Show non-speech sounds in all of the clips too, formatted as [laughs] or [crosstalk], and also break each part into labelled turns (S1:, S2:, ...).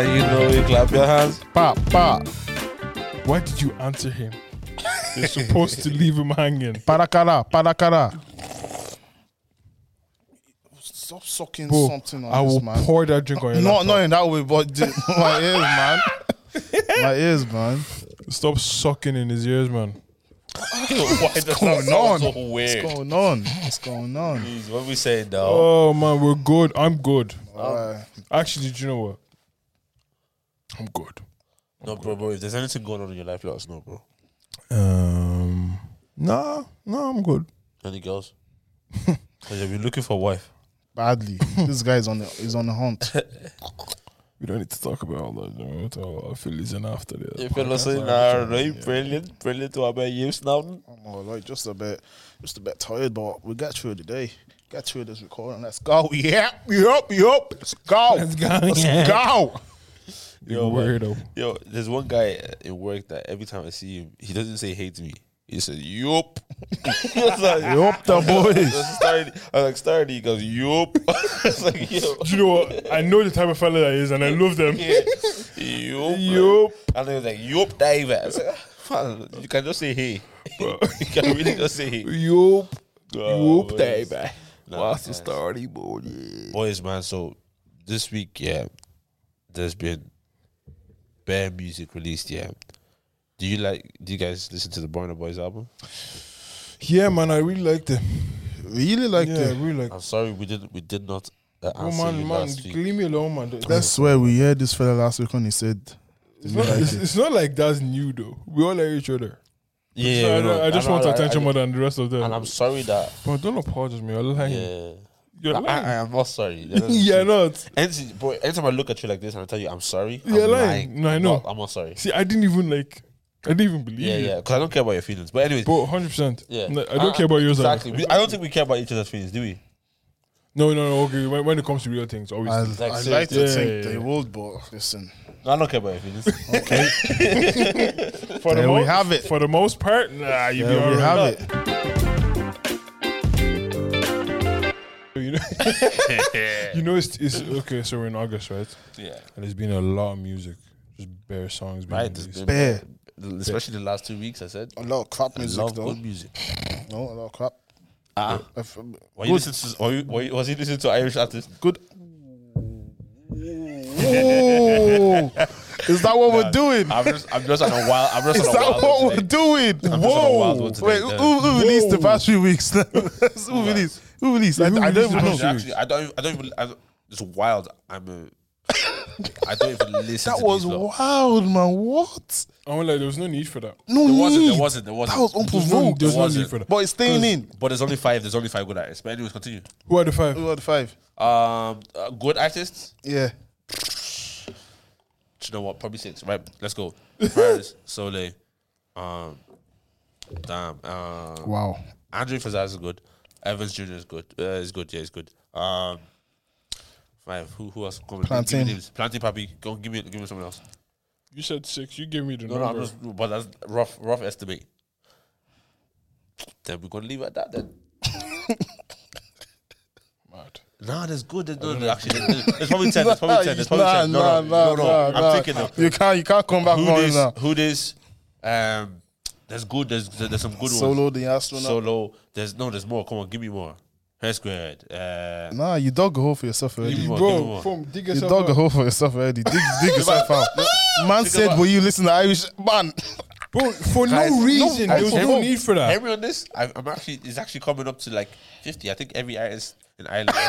S1: you clap your hands?
S2: Pop, pop. Why did you answer him? You're supposed to leave him hanging. Parakara, parakara.
S1: Stop sucking
S2: Bro,
S1: something on
S2: I
S1: this,
S2: will
S1: man.
S2: pour that drink on your
S1: No,
S2: laptop.
S1: not in that way, but the, [laughs] my ears, man. My ears, man.
S2: Stop sucking in his ears, man.
S3: [laughs] Why does
S1: going
S3: that sound
S1: on?
S3: so weird?
S1: What's going on? What's going on?
S3: Jeez, what we say though?
S2: Oh, man, we're good. I'm good.
S1: Uh,
S2: Actually, do you know what? I'm good.
S3: no, bro, bro. If there's anything going on in your life, let us know, bro.
S2: Um, nah, nah, I'm good.
S3: Any
S1: [laughs]
S3: girls? Cause you've been looking for a wife.
S1: badly. this guy is on the is on the hunt.
S2: We don't need to talk about all that. We'll talk about our feelings and after this.
S3: If you're listening, all right, brilliant, brilliant. What about you, Snowden?
S1: I'm all like just a bit, just a bit tired, but we got through the day. Got through this recording. Let's go. Yep, yep, yep. Let's go. Let's go. Let's go.
S3: Yo, man.
S2: weirdo.
S3: Yo, there's one guy uh, in work that every time I see him, he doesn't say hey to me. He says,
S1: [laughs]
S3: Yup. yup, [laughs]
S1: the boys.
S3: I was like, started. He goes, Yup. [laughs] It's like,
S1: [laughs]
S3: yo. [laughs]
S2: Do you know what? I know the type of fella that is, and I love them.
S3: Yup.
S2: Yup.
S3: And he was like, Yup, David. I was like, Man, you can just say hey. [laughs] you can really just
S2: [laughs]
S3: say hey.
S2: Yup.
S3: Oh, boys. Nah, man.
S2: story, boy?
S3: Boys, man. So this week, yeah, there's been bare music released, yeah. Do you like, do you guys listen to the Burner Boys album?
S2: Yeah, man, I really liked it.
S1: Really like
S2: yeah, I
S1: that.
S2: really liked
S3: I'm sorry, we didn't, we did not uh,
S2: Oh,
S3: answer you
S2: man, man,
S3: last week.
S2: leave me alone, man. That's,
S1: That's where we heard this fella last week when he [laughs] said,
S2: it's, not, it's, it's not like that's new, though. We all like each other. So I,
S3: Yeah, we
S2: don't-
S3: know.
S2: I just
S3: And
S2: want
S3: I- I-
S2: attention
S3: I-
S2: more than the rest of them.
S3: And I'm
S2: [laughs]
S3: sorry that.
S2: Bro, don't apologize, me. You're lying.
S3: Yeah.
S2: You're
S3: I,
S2: lying.
S3: I am not
S2: [laughs]
S3: sorry.
S2: You're not.
S3: Anytime, bro, anytime I look at you like this and I tell you I'm sorry,
S2: You're
S3: I'm
S2: lying. No, I
S3: I'm
S2: know.
S3: Not, I'm not sorry.
S2: See, I didn't even like. I didn't even believe
S3: Yeah,
S2: you.
S3: yeah, because I don't care about your feelings. But anyways,
S2: But 100%.
S3: yeah,
S2: No, I
S3: Uh,
S2: don't care about yours.
S3: Exactly.
S2: either.
S3: We- I don't think we care about each other's feelings, do we?
S2: No, no, no. Okay, when, when it comes to real things, always.
S1: I,
S2: do.
S3: Like,
S1: I
S3: seriously.
S1: like to
S2: Yeah,
S1: think
S2: yeah,
S1: they
S2: yeah.
S1: would, but listen.
S3: No, I don't care about your
S1: [laughs]
S3: feelings.
S2: for the
S1: There we
S2: most,
S1: have it.
S2: For the most part, nah, you be
S1: There we
S2: alright.
S1: have it.
S2: [laughs] You know, you know [laughs] it's, it's okay. So we're in August, right?
S3: yeah.
S2: And there's been a lot of music, just bare songs being
S3: Right. it's
S2: released.
S3: been-
S1: Bear.
S3: Especially the last two weeks, I said.
S1: A lot of crap
S3: I
S1: music,
S3: love
S1: though.
S3: good music.
S1: No, a lot of crap.
S3: Ah,
S1: I f-
S3: were you listening to? Were you, were you, was he listening to Irish artists?
S1: Good. Ooh. Is that what we're doing?
S3: I'm just, I'm just on a wild. I'm just
S1: Is
S3: on a
S1: that
S3: wild.
S1: what
S3: one
S1: we're
S3: today.
S1: doing?
S3: I'm just on a wild
S1: Whoa.
S3: one today,
S1: Wait, who,
S3: yeah.
S1: who released the past few
S3: [laughs]
S1: weeks? who released? [laughs] Who released? I,
S2: who
S1: I
S2: released
S1: don't
S2: the
S1: even
S2: past
S1: know.
S2: few
S3: Actually, I don't. I don't even. I don't, it's wild. I'm a. I don't even listen.
S1: [laughs] That
S3: to
S1: was
S3: these lot.
S1: wild, man. What?
S2: I was like, there was no need for that.
S1: No
S3: There wasn't.
S1: need.
S3: There wasn't. There wasn't.
S1: That was
S2: There's no,
S1: unprovoked.
S2: there's no
S3: Was
S2: need
S3: it?
S2: for that.
S1: but it's staying in.
S3: But there's only five. There's only five good artists. But anyways, continue.
S2: Who are the five?
S1: Who are the five?
S3: Um, uh, good artists.
S1: Yeah.
S3: Do you know what? Probably six. Right. Let's go.
S1: [laughs]
S3: Faris, Soleil. Um, damn. Um,
S1: Wow.
S3: Andre Fazaz is good. Evans Jr. is good. Uh, is good. Yeah, is good. Um, five. Who who else? Come on, give me
S1: Plantain.
S3: names. Plantain Papi. Go give me give me someone else.
S2: You said six. You gave me the
S3: No, no,
S2: number.
S3: I'm just, but that's rough, rough estimate. Then we're gonna leave it at that. Then
S2: Mad.
S3: nah, that's good. There's, no, actually, there's, there's probably ten.
S1: [laughs]
S3: There's probably ten. There's probably
S1: Nah,
S3: ten. No, no,
S1: nah,
S3: no,
S1: nah,
S3: no.
S1: nah,
S3: I'm
S1: nah.
S3: thinking of
S1: You can't. You can't come back
S3: who
S1: on
S3: this,
S1: now.
S3: who this. Um, there's good. There's there's some good
S1: Solo
S3: ones.
S1: the astronaut.
S3: Solo. There's no. There's more. Come on, give me more. Hair squared. Uh,
S1: Nah, you dug a hole for yourself already.
S3: give me more. give me
S2: Bro,
S3: more.
S2: from dig
S1: You
S2: yourself
S1: dug a
S2: out.
S1: hole for yourself already. [laughs] Dig, dig yourself out. [laughs] Man
S3: Think
S1: said,
S3: about-
S1: "Will you listen to Irish [laughs] man?"
S2: Bro, for
S3: Guys,
S2: no
S3: no,
S2: reason.
S3: I
S2: there was
S3: said-
S2: no need for that.
S3: Henry on this, I, I'm actually it's actually coming up to like 50. I think every artist in Ireland,
S1: [laughs]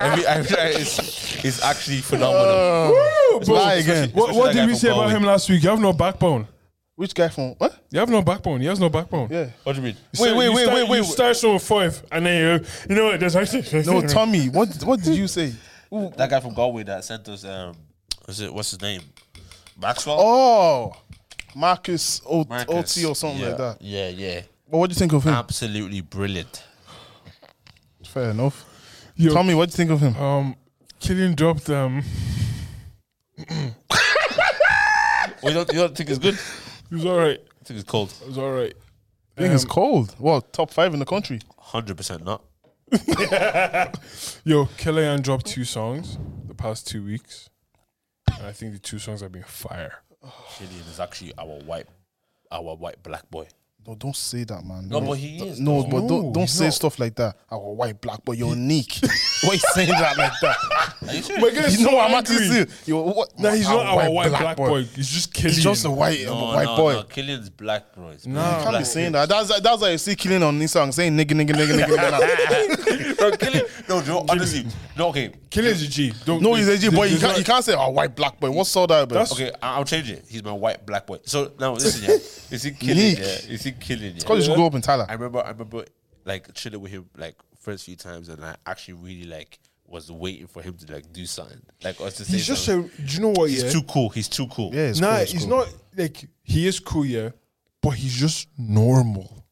S3: every Irish artist is actually phenomenal.
S2: Woo, bro.
S1: lie Uh, again.
S2: What,
S3: Especially
S2: what
S3: that
S2: did
S3: guy
S2: we
S3: from
S2: say about
S3: Galway.
S2: him last week? You have no backbone.
S1: Which guy from what?
S2: You have no backbone. He has no backbone.
S1: Yeah.
S3: What do you mean?
S2: So
S1: Wait, wait,
S2: you
S1: wait,
S2: start,
S1: wait, wait,
S2: You
S1: wait.
S2: start showing five, and then you, you know what? There's actually
S1: No, Tommy. What what did you say?
S3: That guy from Galway that sent us um, was it what's his name? Maxwell.
S1: [laughs] Oh, Marcus o-
S3: Marcus.
S1: OT or something
S3: yeah.
S1: like that.
S3: Yeah, yeah,
S1: But what do you think of him?
S3: absolutely brilliant.
S1: Fair enough.
S2: Yo,
S1: Tommy, what do you think of him?
S2: Um, Killian dropped um.
S3: Oh, you, don't, you don't think it's good?
S2: It was all right.
S3: I think it's cold.
S2: It was all right.
S1: I think it's cold. Well, top five in the country.
S3: Hundred percent not.
S2: Yo, Killian dropped two songs the past two weeks, And I think the two songs have been fire.
S3: Shillian is actually our white, our white black boy.
S1: No, don't say that, man.
S3: No,
S1: Don't-
S3: but he is,
S1: No,
S3: though.
S1: but
S2: No,
S1: don't don't
S2: he's
S1: say
S2: not.
S1: stuff like that. Our white black, but you're unique. [laughs] Why you saying that like that? [laughs]
S3: Are you
S2: We're
S3: serious?
S2: getting
S1: you know
S2: so
S1: what I'm at
S2: angry.
S1: you. You're what?
S2: No, he's not our white black, boy. He's just Killian.
S1: He's just a white
S3: No,
S1: a
S3: no,
S1: white boy.
S3: no. Killian's black, bro. It's
S2: No.
S1: You
S3: black.
S1: can't be saying that. That's that's why you see killing on this song saying nigga nigga nigga nigga. nigga, nigga.
S3: [laughs] no, Killian. No, no, honestly, no. Okay,
S2: Killian's a G. Don't,
S1: No, he's a G boy. You
S2: there's
S1: can't
S2: not-
S1: you can't say oh white black boy. What's all that about?
S2: That's-
S1: Okay.
S3: Okay, I- I'll change it. He's my white black boy. So now listen, yeah, is he killing?
S1: Yeek.
S3: Yeah, is he killing? Yeah?
S1: Cause you should go up in
S3: I
S1: Thailand.
S3: remember, I remember, like chilling with him like first few times, and I actually really like was waiting for him to like do something, like us to say
S2: He's just
S3: something.
S2: a. Do you know what?
S3: he's
S2: yeah.
S3: too cool. He's too cool.
S1: Yeah, it's
S2: nah,
S1: cool, it's
S2: he's
S1: cool.
S2: not like he is cool, yeah, but he's just normal.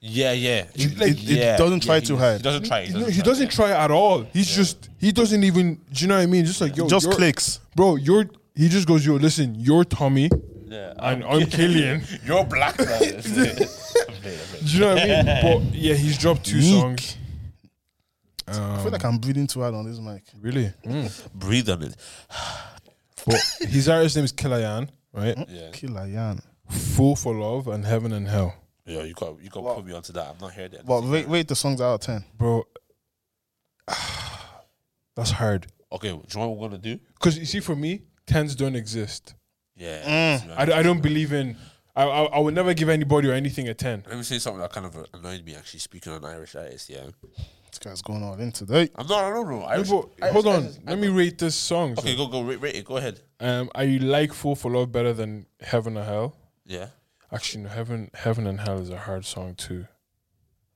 S3: yeah, yeah.
S2: You- like, it- it
S1: doesn't try
S3: he-
S1: too
S3: He
S1: hard.
S3: doesn't try.
S2: You know, he doesn't try at all. He's just he doesn't even. Do you know what I mean? Just like yo,
S1: Just
S2: you're-
S1: clicks.
S2: bro. You're he just goes yo. Listen, you're Tommy.
S3: Yeah,
S2: And I'm Killian.
S3: You're black. man.
S2: [laughs]
S3: I'm playing, I'm playing.
S2: Do you know what I mean?
S1: [laughs]
S2: But yeah, he's dropped two
S1: Meek.
S2: songs.
S1: I
S2: Um,
S1: feel like I'm breathing too hard on this mic.
S2: Really,
S3: [laughs]
S1: Mm.
S3: Breathe on it.
S2: but his artist name is Killayan, right?
S3: Yeah,
S1: Killer Yan.
S2: Fool for love and heaven and hell,
S3: yeah. You got, you got put me onto that. I've not heard it.
S1: But rate rate the songs out of ten.
S2: bro. [sighs] That's hard.
S3: Okay, do you know what we're gonna do?
S2: Cause you see, for me, tens don't exist.
S3: Yeah.
S2: Mm. I, I don't believe in. I, I I would never give anybody or anything a ten.
S3: Let me say something that kind of annoyed me actually speaking on Irish artists, yeah.
S1: This guy's going all in today.
S3: I'm not, I don't know.
S2: Hey,
S3: Irish,
S2: but
S3: Irish
S2: hold on,
S3: artists-
S2: let me rate this song.
S3: Okay,
S2: Okay.
S3: go, go, rate, rate it. Go ahead.
S2: Um, I like "Fool for Love" better than "Heaven or Hell."
S3: Yeah.
S2: Actually, no, "Heaven, Heaven and Hell" is a hard song too.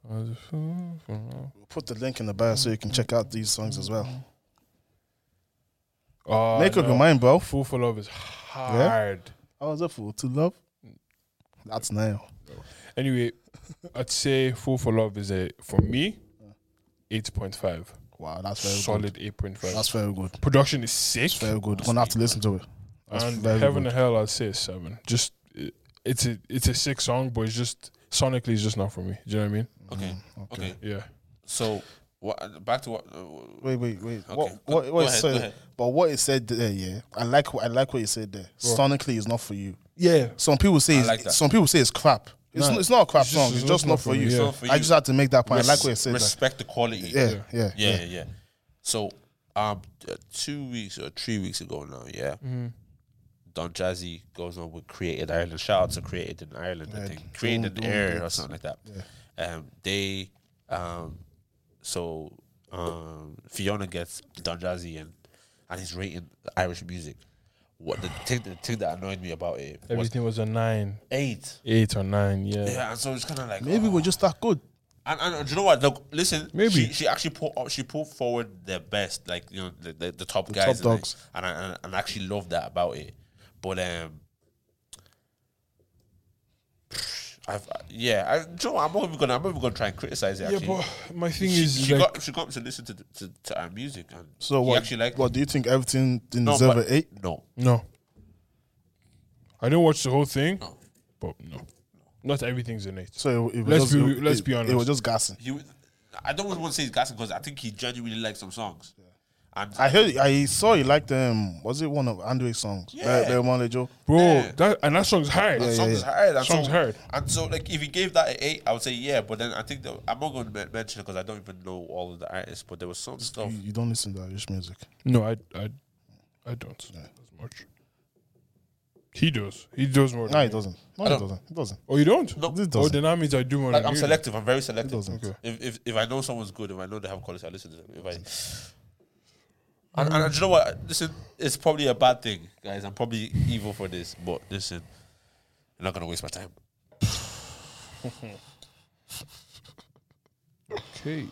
S2: Uh,
S1: We'll put the link in the bio so you can check out these songs as well. Make up
S2: Oh, Ah, no.
S1: your mind, bro.
S2: "Fool for Love" is hard.
S1: I was a fool to love. That's now.
S2: Anyway, I'd say "Fool for Love" is a for me eight point five,
S1: Wow, that's very good.
S2: solid eight point five.
S1: That's very good.
S2: Production is sick.
S1: It's very good. Gonna have to listen to it. That's
S2: and
S1: very
S2: Heaven
S1: good.
S2: and Hell, I'd say a seven. Just it- it's a it's a sick song, but it's just sonically, it's just not for me. Do you know what I mean?
S3: Okay.
S2: Mm,
S3: Okay.
S2: Yeah.
S3: So, what, back to what. Uh,
S1: Wait, wait, wait.
S3: Okay,
S1: What?
S3: go-
S1: What?
S3: go
S1: what it
S3: ahead,
S1: said-
S3: go ahead.
S1: But what it said there, yeah. I like. what- I like what you said there. Sonically, it's not for you.
S2: Yeah.
S1: Some people say.
S3: I
S1: It's,
S3: like that.
S1: Some people say it's crap. It's, not, it's not a crap
S2: It's just-
S1: song. It's just not for you.
S2: It's
S1: So
S3: not for
S1: I
S3: you.
S1: just had to make that point. I like
S3: res-
S1: what you said. there.
S3: Respect the quality.
S1: Yeah, yeah,
S3: Yeah,
S1: yeah.
S3: yeah, yeah. So, um, uh, two weeks or three weeks ago now, yeah.
S1: Mm-hmm.
S3: Don Jazzy goes on with Created Ireland. Shout out to Created in Ireland, I think. Created
S1: don't
S3: Air
S1: do
S3: or something like that. Um, they, um, so um, Fiona gets Don Jazzy in, and he's rating Irish music. What the thing, the thing that annoyed me about it was
S2: Everything was a nine,
S3: eight.
S2: eight or nine. Yeah.
S3: Yeah, and so it's kind of like
S1: Maybe
S3: oh.
S1: we're just that good.
S3: And, and, and do you know what? Look, listen.
S2: Maybe.
S3: she, she actually put up, she put forward their best, like you know the, the, the top guys,
S1: top
S3: and
S1: dogs.
S3: I- and, I, and and I actually love that about it. But um, I've uh, yeah, I, do you know what? I'm not even gonna I'm not even gonna try and criticize it.
S2: Yeah,
S3: Actually,
S2: but my thing
S3: she,
S2: is
S3: she
S2: like,
S3: got she got to listen to the- to, to our music, and
S1: So
S3: he
S1: what?
S3: actually like
S1: what do you think? Everything didn't
S3: no,
S1: deserve
S3: but-
S1: an eight.
S3: No,
S2: no. I didn't watch the whole thing,
S3: No.
S2: but no, not everything's an eight.
S1: So it, it was
S2: Let's
S1: just,
S2: be-
S1: it,
S2: let's
S1: it-
S2: be
S1: It
S2: honest.
S1: was just gassing.
S3: he. was- I don't want to say he's gassing because I think he genuinely likes some songs. And
S1: I heard. I saw you liked um. Was it one of Andre's songs?
S3: Yeah.
S1: Be- Be Mole Joe.
S2: Bro,
S3: Yeah.
S2: that and that song's hard.
S3: And songs hard. And
S2: Songs
S3: so,
S2: hard.
S3: And so, like, if he gave that an eight, I would say yeah. But then I think that I'm not going to men- mention it because I don't even know all of the artists. But there was some stuff.
S1: You, you don't listen to Irish music.
S2: No, I, I, I don't as much. He does. He does more.
S1: No,
S2: Than
S1: he
S2: me.
S1: doesn't.
S3: I
S1: No, he
S3: don't-
S1: doesn't. He doesn't.
S2: Oh, you don't.
S3: No.
S1: He
S2: Oh,
S1: doesn't.
S2: then that means I do more.
S3: Like
S2: than
S3: I'm
S2: you.
S3: selective. I'm very selective.
S1: doesn't. Okay.
S3: If, if if I know someone's good, if I know they have quality, I listen to them. If I and, and, do you know what? Listen, it's probably a bad thing, guys. I'm probably evil for this, but listen, I'm not gonna waste my time. [laughs]
S2: Okay.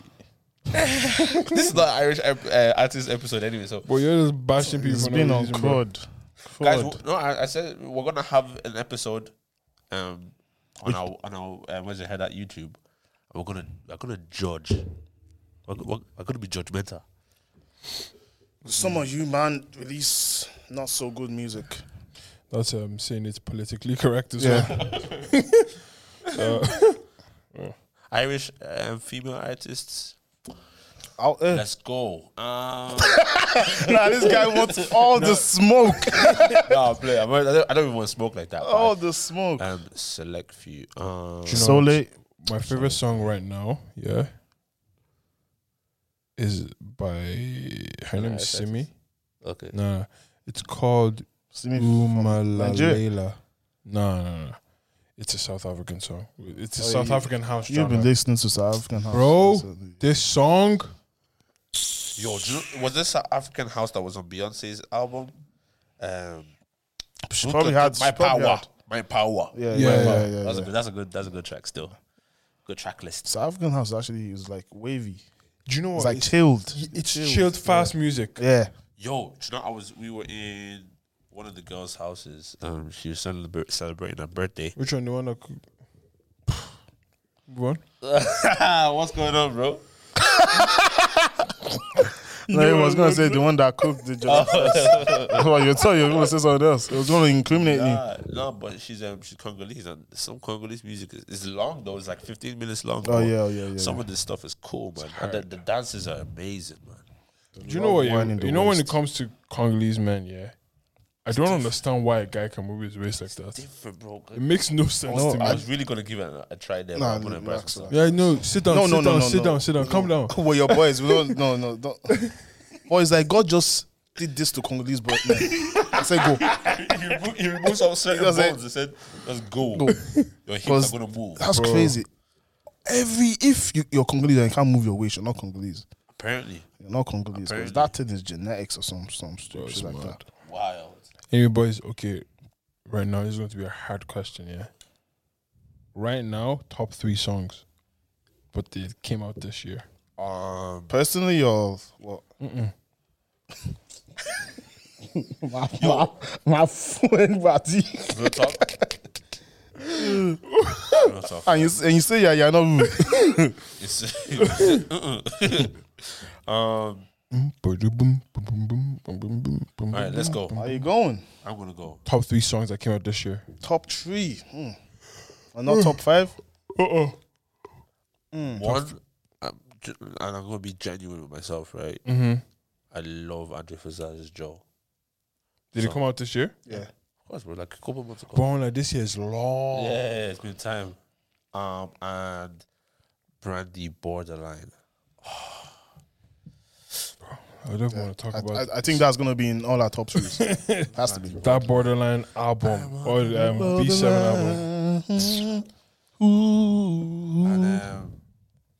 S3: this is not Irish ep- uh, artist episode anyway. So
S2: But you're just bashing people.
S1: He's
S2: for no
S1: been on
S2: reason, bro.
S1: crud.
S3: guys,
S1: Crud.
S3: w- no, I, I said we're gonna have an episode um, on our on our um, where's it head at YouTube. And we're gonna we're gonna judge. We're, we're, we're gonna be judgmental.
S1: Some of you, man, release not so good music.
S2: That's um saying it's politically [laughs] correct as Uh,
S1: Yeah.
S2: well. [laughs]
S3: Irish um, female artists.
S1: Out there.
S3: Let's go. Um,
S1: [laughs] nah, this guy wants all the smoke.
S3: no, play. I'm, I, don't, I don't even want to smoke like that.
S1: all
S3: Oh,
S1: the smoke.
S3: um, select few.
S2: You
S3: Um,
S2: know,
S1: so late.
S2: My favorite song right now, yeah, is by her name is Simi.
S3: okay.
S2: Nah, it's called
S1: See me Nigeria?
S2: Umalalela. No, no, no. It's a South African song. It's a
S1: Oh,
S2: South
S1: you-
S2: African house
S1: You've
S2: genre.
S1: been listening to South African house.
S2: Bro.
S1: recently.
S2: this song,
S3: Yo, do you know- was this an African house that was on Beyonce's album? Um,
S1: She probably had
S3: my
S1: she probably
S3: power.
S1: had-
S3: My power.
S2: Yeah,
S1: Yeah, yeah, yeah.
S2: yeah.
S1: yeah, yeah,
S3: That's a good. That's a good. That's a good track. Still, good track list.
S1: South African house actually is like wavy.
S2: do you know
S1: It's
S2: what?
S1: like chilled.
S2: it's, it's chilled, fast music.
S1: Yeah.
S3: Yo, do you know I was? We were in one of the girls' houses. Um, she was celebra- celebrating her [laughs] birthday.
S2: Which one? The one that could... [sighs] What?
S3: What's going on, bro?
S1: No, I was gonna say the one that cooked the job. [laughs] well, you tell you were gonna say something else. It was gonna incriminate you.
S3: Nah, no, but she's um she's Congolese and some Congolese music is, is long though. It's like fifteen minutes long.
S1: Oh
S3: but
S1: yeah, oh, yeah, yeah.
S3: Some
S1: yeah.
S3: of this stuff is cool, man. And the, the dances are amazing, man.
S2: Do you know what?
S1: Wine in
S2: You,
S1: the
S2: you know when it
S1: waist.
S2: comes to Congolese men, yeah, I don't understand why a guy can move his waist like that.
S3: Different, bro.
S2: It makes no sense
S1: No,
S2: to me.
S3: I was really gonna give it a, a try there,
S1: Nah,
S3: but I'm gonna embarrass myself.
S1: relax,
S2: yeah, no, sit down,
S1: No,
S2: sit
S1: no, no,
S2: down,
S1: no,
S2: sit
S1: no.
S2: down, sit down, calm down.
S1: Well, your boys, we don't. No, no, [laughs] don't. Boys, like God just did this to Congolese boys. man. I say go. [laughs]
S3: he, remo- he removed some certain
S1: That's it.
S3: bones and said, "Let's go.
S1: Go.
S3: Your hips
S1: Cause-
S3: are gonna move."
S1: That's crazy. Every if you, you're Congolese and you can't move your waist, you're not Congolese.
S3: Apparently,
S1: You're not Congolese because
S3: Apparently.
S1: that thing is genetics or some some stupid shit like that.
S3: wild.
S2: Anyway, boys, okay, right now this is going to be a hard question, yeah. Right now, top three songs, but they came out this year.
S3: Um,
S1: Personally, or what? [laughs] my, my, my friend, buddy.
S3: real talk. real talk.
S2: [laughs]
S1: And you s- and you say yeah, you're not rude.
S3: It's, [laughs] uh-uh. um,
S2: Mm-hmm.
S3: all right, let's go.
S1: How you going?
S3: I'm gonna go.
S2: Top three songs that came out this year.
S1: Top three, hmm. and not top five.
S2: Uh-oh. Hmm.
S3: One, I'm, ge- and I'm gonna be genuine with myself, right?
S2: Mm-hmm.
S3: I love Andre Faza's jaw.
S2: Did it come out this year?
S1: Yeah,
S3: Of course, bro. Like a couple months ago.
S2: Bro, like this year is long.
S3: Yeah, it's been time. Um, and Brandy Borderline.
S2: I don't want to talk
S1: I,
S2: about
S1: I, I think that's gonna be in all our
S2: [laughs]
S1: top threes. Has to be.
S2: that borderline album or um, B7 album.
S3: And um,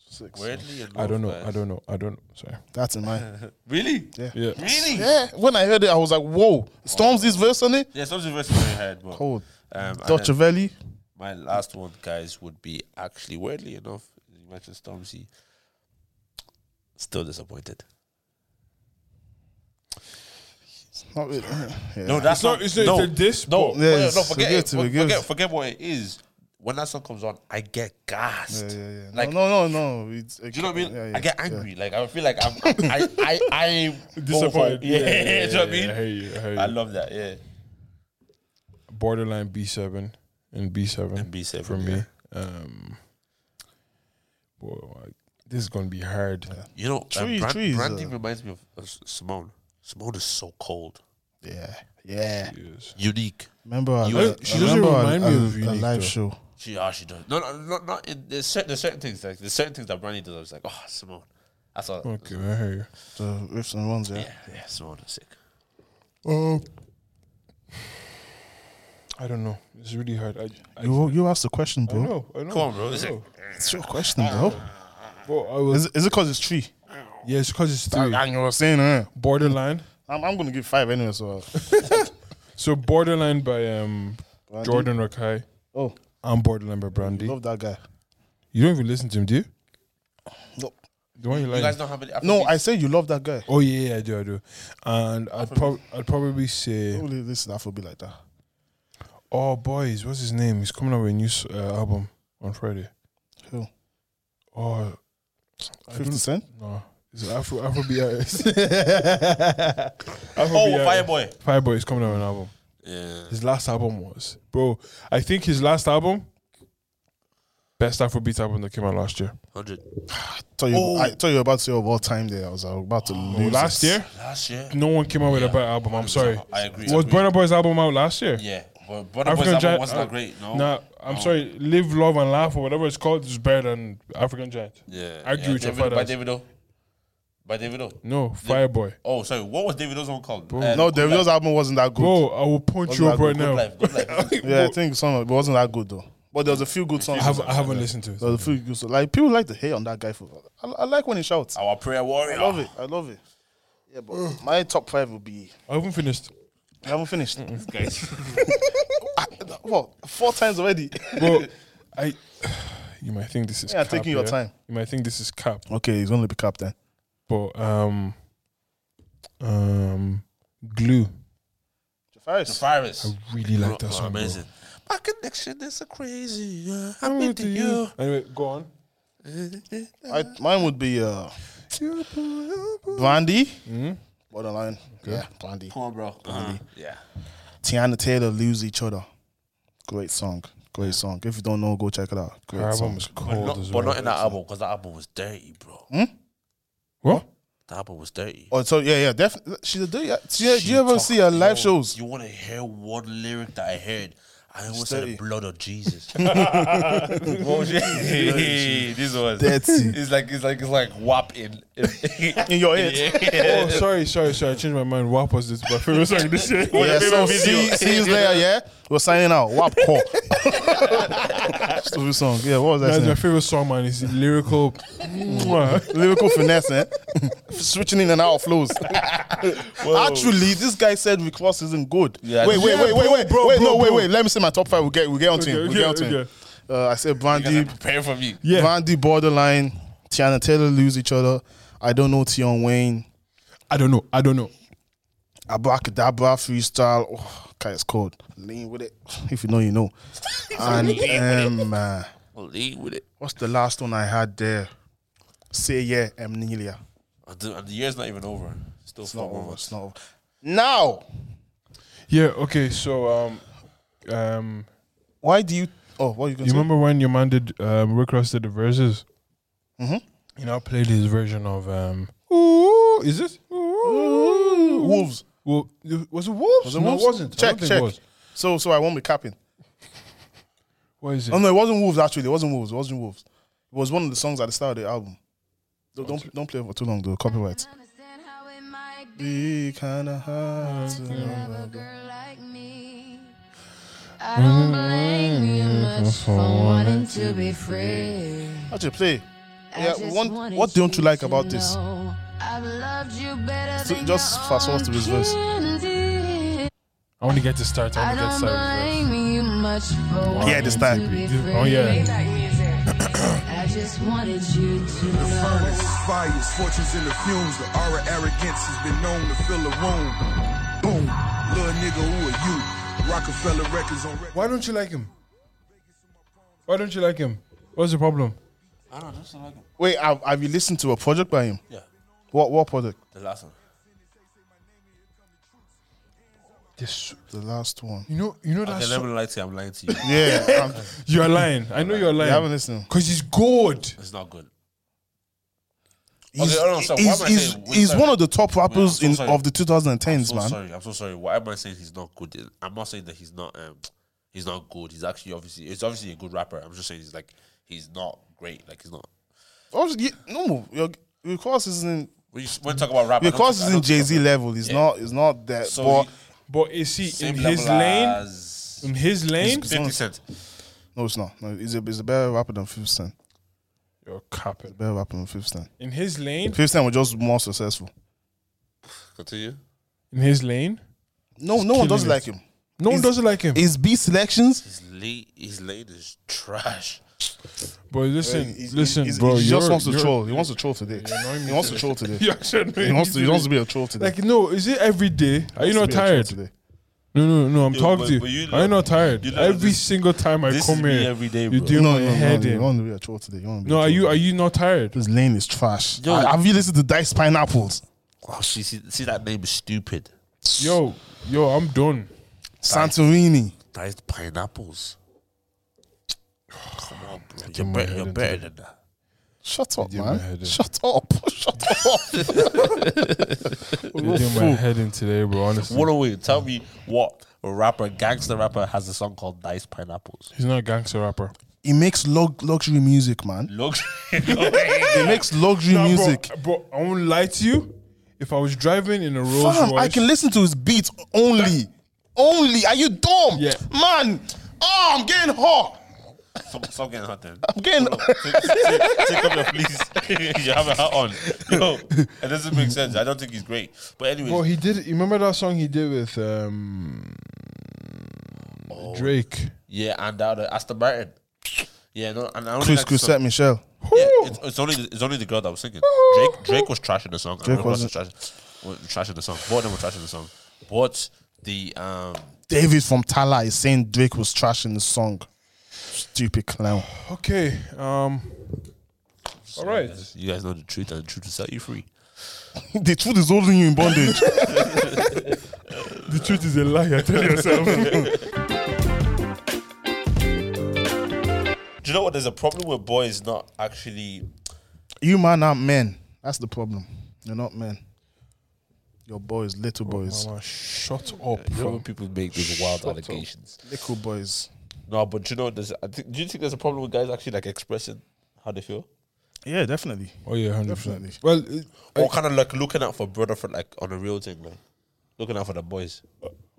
S1: Six.
S3: weirdly enough,
S2: I don't know.
S3: guys-
S2: I don't know. I don't. Sorry.
S1: That's in mine.
S3: [laughs] Really?
S2: Yeah.
S3: Really? Yeah.
S1: Yeah, when I heard it, I was like, "Whoa!" Storms this verse on it.
S3: something versus my head, but um,
S1: Cold.
S3: and then
S1: Dr. Valley.
S3: my last one, guys, would be actually weirdly enough, you mentioned Stormzy. Still disappointed.
S1: Not really. Yeah.
S3: No, that's
S2: It's not. It's, not,
S3: no,
S2: it's a diss.
S3: no,
S2: but-
S1: Yeah,
S3: no,
S1: it's
S3: no, forget it.
S1: subjective, it
S3: Forget, forget,
S1: gives-
S3: what it is. When that song comes on, I get gassed.
S1: Yeah, yeah, yeah.
S3: Like,
S1: no, no, no. It's,
S3: Do you know what I mean? I get angry. Like I feel like I'm, I, I, I, I'm
S2: Disappointed.
S3: Yeah, [laughs] do you know what I
S2: yeah,
S3: mean?
S2: I hear you. I hear you.
S3: I love that. Yeah.
S2: borderline B7 and B7
S3: And B7,
S2: for
S3: yeah.
S2: me. Um, boy, this is gonna be hard.
S3: You know, um,
S1: Trees,
S3: Brand-
S1: trees,
S3: Brandy
S1: uh,
S3: reminds me of, of S- Simone. Simone is so cold,
S1: Yeah, yeah.
S2: Yes.
S3: unique.
S1: Remember, I-
S3: You-
S1: I-
S2: she
S1: I
S2: doesn't
S1: remember a-
S2: remind me
S1: a-
S2: of
S1: a
S2: Unique,
S1: live
S2: though.
S1: show.
S3: She, ah, she does. No, no, no, not in, there's, certain, there's certain things like there's certain things that Brandy does. I was like, oh, Simone. That's all.
S2: Okay, I hear
S1: The riffs and runs. Yeah.
S3: Yeah, yeah, Simone is sick.
S2: you. Um, I don't know. It's really hard. I, I,
S1: You you asked the question,
S2: I
S3: Oh,
S1: bro.
S2: know. I know.
S3: Come on, bro. It's
S2: I
S3: like,
S2: know.
S1: It's your question, bro.
S3: Oh.
S2: Bro, I was.
S1: Is it, is it cause it's three?
S2: Yeah, it's because it's
S3: Oh.
S2: three.
S1: And you were saying, eh?
S2: Borderline.
S1: I'm I'm gonna give five anyway. So
S2: So borderline by um
S3: [laughs]
S1: Brandy?
S2: Jordan Rakai.
S1: oh,
S2: I'm borderline by Brandy.
S1: uh, love that guy.
S2: You don't even listen to him, do you?
S1: No,
S2: The one you like.
S3: you guys don't have any.
S1: no, I
S3: Afrobeats?
S1: said you love that guy.
S2: oh yeah, yeah, I do, I do. And I'd prob- I'd probably say.
S1: Probably listen to Afrobeat like that.
S2: Oh, boys, what's his name? He's coming out with a new s- uh, album on Friday.
S1: Who?
S2: Oh, I
S1: Fifty
S2: don't-
S1: Cent.
S2: no. It's Afro Afrobeat artist.
S3: Oh,
S2: Afrobeat artist.
S3: Fireboy.
S2: [laughs] Fireboy is coming out with an album.
S3: Yeah.
S2: His last album was, bro. I think his last album, Best Afrobeat album that came out last year.
S3: Hundred
S1: Tell you,
S2: Oh.
S1: I tell you about your all time there. I was uh, about to lose.
S2: last
S1: this.
S2: year,
S3: last year.
S2: no one came out with a better album. I'm Mm, sorry.
S3: I agree.
S2: Was
S3: Agree.
S2: Burna Boy's album out last year?
S3: Yeah, but Burna Boy's album
S2: Giant-
S3: was
S2: uh,
S3: not great. No.
S2: Nah, I'm sorry. Live, love, and laugh, or whatever it's called, is better than African Giant.
S3: Yeah.
S2: I agree
S3: yeah,
S2: with your
S3: Davido-
S2: father.
S3: By Davido. By Davido.
S2: No, Fireboy.
S3: Oh, sorry. What was Davido's one called? Uh,
S1: No, Davido's album wasn't that good.
S2: Bro, I will punch you
S1: that
S2: up right
S1: good
S2: now.
S3: Good life. Good
S2: [laughs]
S3: life.
S1: Yeah, I think some of it wasn't that good though. But there was a few good songs.
S2: I haven't, I haven't listened to
S1: there
S2: it.
S1: was a few good songs. Like people like to hate on that guy for. I, I like when he shouts. I
S3: Our prayer warrior.
S1: love it. I love it. Yeah, but my top five would be.
S2: I haven't finished.
S1: [laughs] I haven't finished. I, [laughs] well, four times already.
S2: Bro, I. [sighs] You might think this is.
S1: Yeah,
S2: cap,
S1: taking your
S2: yeah?
S1: time.
S2: You might think this is cap,
S1: [laughs] Okay, he's only pick up then.
S2: but um, um, glue.
S3: The
S1: Jafaris.
S3: virus.
S2: I really like that song. Bro.
S3: Amazing. My connection is so crazy. Yeah.
S2: I'm
S3: I'm into
S2: into
S3: you.
S2: Anyway, go on.
S1: I, mine would be uh, Blondie.
S2: Hmm?
S1: Borderline. Yeah, Blondie.
S3: Come on, bro. Uh, yeah.
S1: Tiana Taylor lose each other. Great song. Great song. If you don't know, go check it out. Great
S2: Her album
S1: song.
S2: is
S3: But
S2: cold
S3: not,
S2: as
S3: but
S2: well.
S3: not in that album because that album was dirty, bro.
S2: What?
S3: The album was dirty.
S1: Oh, so yeah, yeah, definitely. She's a dude. Yeah. She, do
S3: She
S1: you ever
S3: talk-
S1: see her live
S3: Yo,
S1: shows?
S3: You want to hear one lyric that I heard? I almost said
S1: dirty.
S3: the blood of Jesus.
S1: [laughs]
S3: what was [laughs] it? this was
S1: Dirty.
S3: It's like it's like it's like WAP in
S1: [laughs]
S3: in, [laughs]
S1: In your head. [laughs]
S2: Oh, sorry, sorry, sorry. I changed my mind. WAP was this my favorite song this year.
S1: [laughs] Oh, Yeah, so see, see you later. Yeah, we're signing out. WAP call. Stupid song. Yeah, what was that?
S2: That's my
S1: saying?
S2: favorite song, man. It's lyrical. Mwah.
S1: Lyrical finesse, eh? [laughs] Switching in and out
S2: [laughs]
S1: of flows. Actually, this guy said Rick Ross isn't good.
S3: Yeah,
S1: wait, wait,
S2: yeah,
S1: wait, wait,
S2: bro,
S1: wait,
S2: bro,
S1: wait,
S2: bro,
S1: no, wait,
S2: bro.
S1: wait. Let me say my top five. We'll get, we'll get onto him.
S2: Okay,
S1: We'll get
S2: okay,
S1: onto him.
S2: okay.
S1: Uh, I said
S3: Prepare
S1: Brandy,
S3: for me.
S2: Yeah.
S1: Brandy, borderline, Tiana Taylor lose each other. I don't know Tion Wayne.
S2: I don't know. I don't know.
S1: Abracadabra freestyle. Oh, guy, it's cold. Lean with it. [laughs] If you know, you know. and um, uh,
S3: I'll lead with it.
S1: what's the last one I had there? Say yeah, Amnelia.
S3: And the, and the year's not even over. Still
S1: Not
S3: four
S1: over.
S3: months.
S1: It's not over. Now,
S2: Yeah. Okay. So um, um,
S1: why do you? Oh, what are you
S2: you
S1: going to say?
S2: remember when your man did um, Rick Ross did the verses?
S1: Mhm.
S2: You know, I played his version of um. Ooh, is it? Ooh.
S1: Wolves.
S2: Well, was it wolves?
S1: Was it
S2: no,
S1: Wolves?
S2: it wasn't. I
S1: Check,
S2: don't think
S1: check.
S2: It was.
S1: So, so I won't be capping.
S2: What is it?
S1: Oh no, it wasn't Wolves. Actually, it wasn't Wolves. It wasn't Wolves. It was one of the songs at the start of the album. Don't don't, don't play it for too long. though. copyright.
S4: Understand how it might be
S1: Be kind of hard to
S4: to
S1: know.
S4: love a girl like me. I don't blame you much for wanting to be free.
S1: How do you play?
S4: I
S1: Yeah,
S4: just
S1: one-
S4: wanted
S1: what don't you like
S4: to
S1: about this?
S4: know I've loved you better
S1: So
S4: than
S1: just
S4: your
S1: fast forward
S4: own
S1: to his verse.
S4: candy.
S2: I want to get to start. I
S4: I
S2: want to get
S4: don't
S2: started. first.
S4: blame you much for
S1: Yeah,
S4: wanting
S1: this time.
S4: to be free.
S2: Oh yeah.
S4: I just wanted you to know.
S5: furnace, fires, fortunes in the fumes. The aura arrogance has been known to fill a room. Boom, little nigga, who are you? Rockefeller records on record.
S2: Why don't you like him? Why don't you like him? What's the problem?
S3: I don't know. That's not like it.
S1: Wait, have, have you listened to a project by him?
S3: Yeah.
S1: What what project?
S3: The last one.
S2: This.
S1: The last one.
S2: You know. You know
S3: I
S2: that.
S3: can
S2: song-
S3: never lie to you. I'm lying to
S1: [laughs]
S3: you.
S1: Yeah, um,
S2: You're lying. I know you're
S1: I haven't
S2: lying.
S1: listened.
S2: Cause he's good.
S3: It's not good.
S1: He's,
S3: hold on, so why
S1: he's,
S3: am I
S1: he's,
S3: saying-
S1: he's one of the top rappers
S3: so
S1: in,
S3: sorry.
S1: of the 2010s,
S3: so
S1: man.
S3: sorry. I'm so sorry. Why am I saying he's not good? I'm not saying that he's not um he's not good. He's actually obviously he's obviously a good rapper. I'm just saying he's like he's not great. Like he's not.
S1: Obviously, you- no, your, your course is in
S3: When you when you talk about rap, I
S1: your
S3: don't
S1: course
S3: think- I
S1: is in
S3: don't
S1: Jay
S3: think-
S1: Z level. He's not he's not that.
S3: So
S1: but
S3: he-
S2: But is he in
S3: same
S2: his
S3: level
S2: lane?
S3: as
S2: In his lane?
S1: He's-
S3: 50 Cent.
S1: no, it's not. No, he's a, he's a better rapper than Fifth Cent.
S2: You're capping.
S1: Better rapper than Fifth Cent.
S2: In his lane?
S1: Fifth Cent was just more successful.
S3: Continue.
S2: In his lane?
S1: No, no one
S2: killing
S1: doesn't
S2: it.
S1: like him.
S2: No one
S1: He's-
S2: doesn't like him.
S1: His beat selections,
S3: His late his lane is trash.
S2: Bro, listen,
S1: he's-
S2: listen,
S1: he's-
S2: bro.
S1: he
S2: you're-
S1: just wants to
S2: you're- [laughs]
S1: troll. He wants to troll today.
S2: annoying me
S1: He wants to
S2: today. [laughs]
S1: troll today.
S2: You actually know
S1: He wants to. He wants to be a troll
S2: [laughs]
S1: today.
S2: Like, no, is it every day? Are you
S1: He
S2: not
S1: wants to be a troll
S2: tired?
S1: today.
S2: No, no, no. I'm
S3: Yo,
S2: talking
S3: but-
S2: to
S3: but
S2: you.
S3: you
S2: Are you
S3: lot-
S2: not tired?
S3: you lot
S2: every
S3: this-
S2: single time I
S3: this
S2: come
S3: is me
S2: here,
S3: every day,
S2: you
S3: bro.
S2: do
S1: no,
S2: my
S1: no,
S2: head
S1: no,
S2: in.
S1: You want to be a troll today. You want to be
S2: No,
S1: a
S2: are
S1: troll
S2: you are
S1: today.
S2: you not
S1: [laughs]
S2: tired?
S1: This lane is trash.
S3: Yo.
S1: I- have you listened to Dice Pineapples?
S3: Oh, see, see, see that name is stupid.
S2: Yo, yo, I'm
S3: [laughs]
S2: done.
S1: Santorini.
S3: Diced pineapples. [sighs] Come on, bro.
S2: Did
S3: You're,
S2: my
S3: bet-
S2: head
S3: you're
S2: into
S3: better
S2: the-
S3: than that.
S1: Shut up,
S2: did my head
S1: man.
S2: in.
S1: Shut up. [laughs] Shut up.
S2: You're doing my head in today, bro. Honestly,
S3: What are we? Tell me what rapper, gangster rapper, has a song called Dice Pineapples?
S2: he's not a gangster rapper.
S1: he makes lug- luxury music, man.
S3: Looks. [laughs]
S1: He makes luxury music.
S2: bro, I won't lie to you. If I was driving in a Rolls
S1: Fam,
S2: Royce,
S1: I can listen to his beats only. Only. Are you dumb?
S2: Yeah.
S1: Man. Oh, I'm getting hot.
S3: Stop getting hot then.
S1: I'm getting
S3: take,
S1: [laughs]
S3: take- take off your fleece. [laughs] you have a hat on. Yo, it doesn't make sense. I don't think he's great. But anyways,
S2: Bro, he did. You remember that song he did with um,
S3: Oh.
S2: Drake?
S3: yeah, and that other Aston Martin. Yeah, no, and I only
S1: Chris
S3: like the
S1: Chris
S3: song-
S1: Saint Michel.
S3: Yeah, it's, it's only it's only the girl that was singing. Drake Drake was trashing the song. Drake was
S1: wasn't.
S3: trash, was trashing the song. Both of them were trashing the song. But the um
S1: David from Tala is saying Drake was trashing the song. Stupid clown. [laughs]
S2: Okay. Um. All right.
S3: you guys know the truth and the truth will set you free.
S1: the truth is holding you
S2: [laughs]
S1: in bondage.
S2: The truth is a lie. I tell yourself.
S3: Do you know what? There's a problem with boys not actually.
S1: you man aren't men. That's the problem. You're not men. Your boys, little boys,
S2: Mama, shut up.
S3: You know
S2: bro.
S3: when people make these wild
S2: Shut up.
S3: allegations.
S1: little boys.
S3: No, but you know, there's. I think, do you think there's a problem with guys actually like expressing how they feel?
S1: Yeah, definitely.
S2: Oh yeah, hundred
S1: Definitely.
S2: percent. Well, it-
S3: Or kind of like looking out for brother for like on a real thing, like looking out for the boys,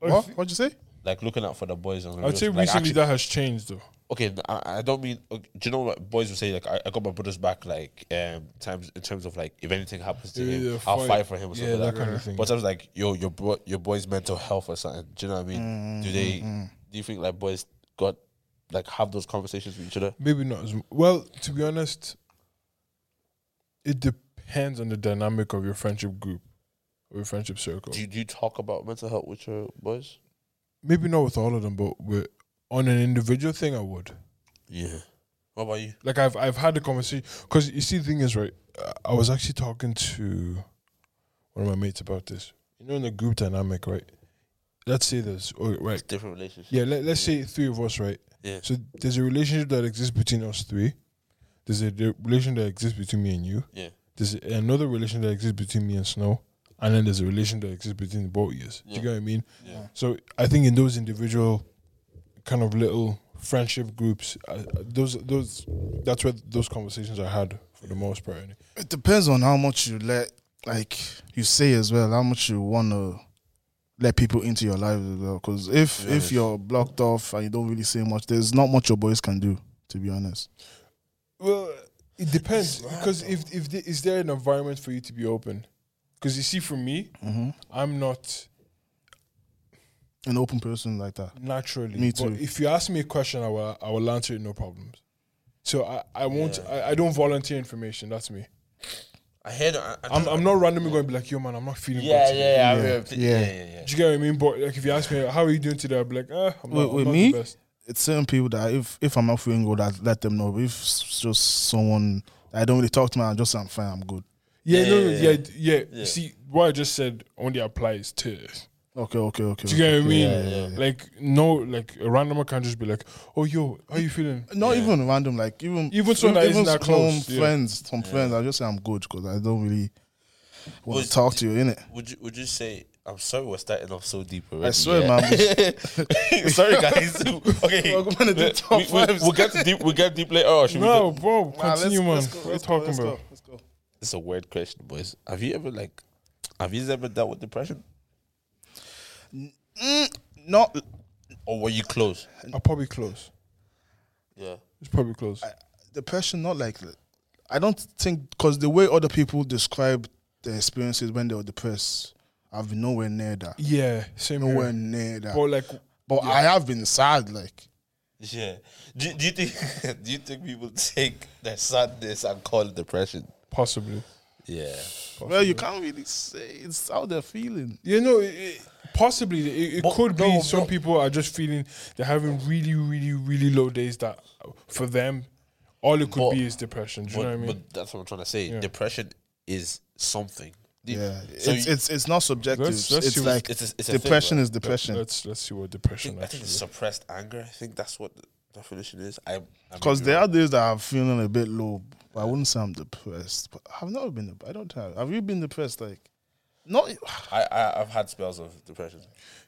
S1: What? What'd you say?
S3: like looking out for the boys on. the real
S2: I'd say
S3: thing,
S2: recently
S3: like, actually-
S2: that has changed though.
S3: okay, n- I, I don't mean. okay, do you know what boys would say? Like, I, I got my brother's back. Like, um, times in terms of like, if anything happens to
S2: Yeah,
S3: him,
S2: yeah,
S3: I'll
S2: fight.
S3: fight for him or
S2: Yeah,
S3: something.
S2: that
S3: like
S2: kind of thing.
S3: But sometimes like, yo, your bro, your boy's mental health or something. Do you know what I mean?
S2: Mm,
S3: do they? Do you think like boys got like have those conversations with each other?
S2: Maybe not as m- well. To be honest, it depends on the dynamic of your friendship group, or your friendship circle.
S3: Do you, do you talk about mental health with your boys?
S2: Maybe not with all of them, but with, on an individual thing, I would.
S3: Yeah. What about you?
S2: like I've I've had the conversation because you see, the thing is, right? uh, I was actually talking to one of my mates about this. You know, in the group dynamic, right? Let's say this, or right?
S3: Different relationships.
S2: Yeah, let, let's say three of us, right?
S3: Yeah.
S2: So there's a relationship that exists between us three. There's a the relation that exists between me and you.
S3: Yeah.
S2: There's another relation that exists between me and Snow, and then there's a relation that exists between the both of us. Do
S3: Yeah.
S2: you get what I mean?
S3: Yeah.
S2: So I think in those individual kind of little friendship groups, uh, those those that's where those conversations are had for the most part. innit?
S1: It depends on how much you let, like you say as well, how much you want to let people into your life as well. Because if
S3: Yeah,
S1: if you're blocked off and you don't really say much, there's not much your boys can do, to be honest.
S2: Well, it depends because if if the, is there an environment for you to be open? Because you see, for me, I'm not
S1: An open person like that.
S2: naturally.
S1: Me
S2: But
S1: too.
S2: if you ask me a question, I will I will answer it no problems. So I, I won't I, I don't volunteer information. That's me.
S3: I heard. I, I
S2: I'm, I'm not randomly going to be like, yo man, I'm not feeling
S3: Yeah,
S2: good today."
S3: yeah, yeah,
S1: Yeah,
S3: yeah, yeah,
S1: yeah.
S3: yeah, yeah.
S2: Do you get what I mean? But like, if you ask me, how are you doing today? I'll be like, eh, I'm not,
S1: With-
S2: I'm
S1: with
S2: not
S1: me?
S2: the best.
S1: It's certain people that if if I'm not feeling good, I let them know. But if it's just someone that I don't really talk to, man, I just say I'm fine, I'm good.
S2: Yeah,
S3: Yeah,
S2: no,
S3: yeah,
S2: no,
S3: yeah.
S2: yeah, d- yeah,
S3: Yeah.
S2: See, what I just said only applies to. us.
S1: Okay, okay, okay.
S2: Do you get
S1: okay.
S2: what I mean?
S1: Yeah, yeah, yeah.
S2: Like, no, like a random can just be like, oh, yo, how you feeling?
S1: Not even random, like even
S2: Even someone that isn't that
S1: some
S2: close, yeah.
S1: friends, some friends. I just say I'm good because I don't really want
S3: Was-
S1: to talk to you, innit?
S3: Would you Would you say? I'm sorry, we're starting off so deep already.
S1: I swear,
S3: yeah.
S2: [laughs]
S1: man.
S3: [laughs]
S1: we-
S3: sorry, guys. okay,
S1: Welcome to the
S3: We-
S1: top
S3: we,
S1: fives.
S3: will get to deep. We'll get deep later. Or should we
S2: No,
S3: go-
S2: bro,
S1: Nah,
S2: continue, man.
S1: let's- let's
S2: what are
S1: go,
S2: you
S1: let's go,
S2: talking
S1: let's
S2: about?
S1: go, let's go.
S3: It's a weird question, boys. Have you ever like? Have you ever dealt with depression?
S1: Mm, Not
S3: Or were you close?
S2: I'll probably close.
S3: Yeah.
S2: It's probably close.
S1: depression, not like I don't think because the way other people describe their experiences when they were depressed, I've been nowhere near that.
S2: yeah, same
S1: Nowhere
S2: here.
S1: near that.
S2: But like,
S1: But I have been sad, like
S3: Yeah. Do, do you think? [laughs] Do you think people take their sadness and call it depression?
S2: possibly.
S3: Yeah.
S1: well, you can't really say it's how they're feeling.
S2: You know, it, it, possibly it, it
S3: But
S2: could be
S3: no,
S2: some
S3: no.
S2: people are just feeling they're having really, really, really low days that for them, all it could
S3: But-
S2: be is depression. Do you
S3: But,
S2: know what I mean?
S3: but that's what I'm trying to say.
S2: Yeah.
S3: Depression is something.
S1: Yeah,
S3: So
S1: it's,
S3: you-
S1: it's it's not subjective.
S2: Let's- let's
S1: it's
S2: see what-
S1: like
S3: it's a- it's a thing,
S1: depression
S3: right?
S1: is depression.
S2: Let's let's see what
S3: I think,
S2: depression
S3: I think
S2: actually.
S3: it's suppressed anger. I think that's what definition is. I
S1: Because there are days that I'm feeling a bit low. But I wouldn't say I'm depressed. But I've never been. dep- I don't have. Have you been depressed? Like, not.
S3: I, I I've had spells of depression.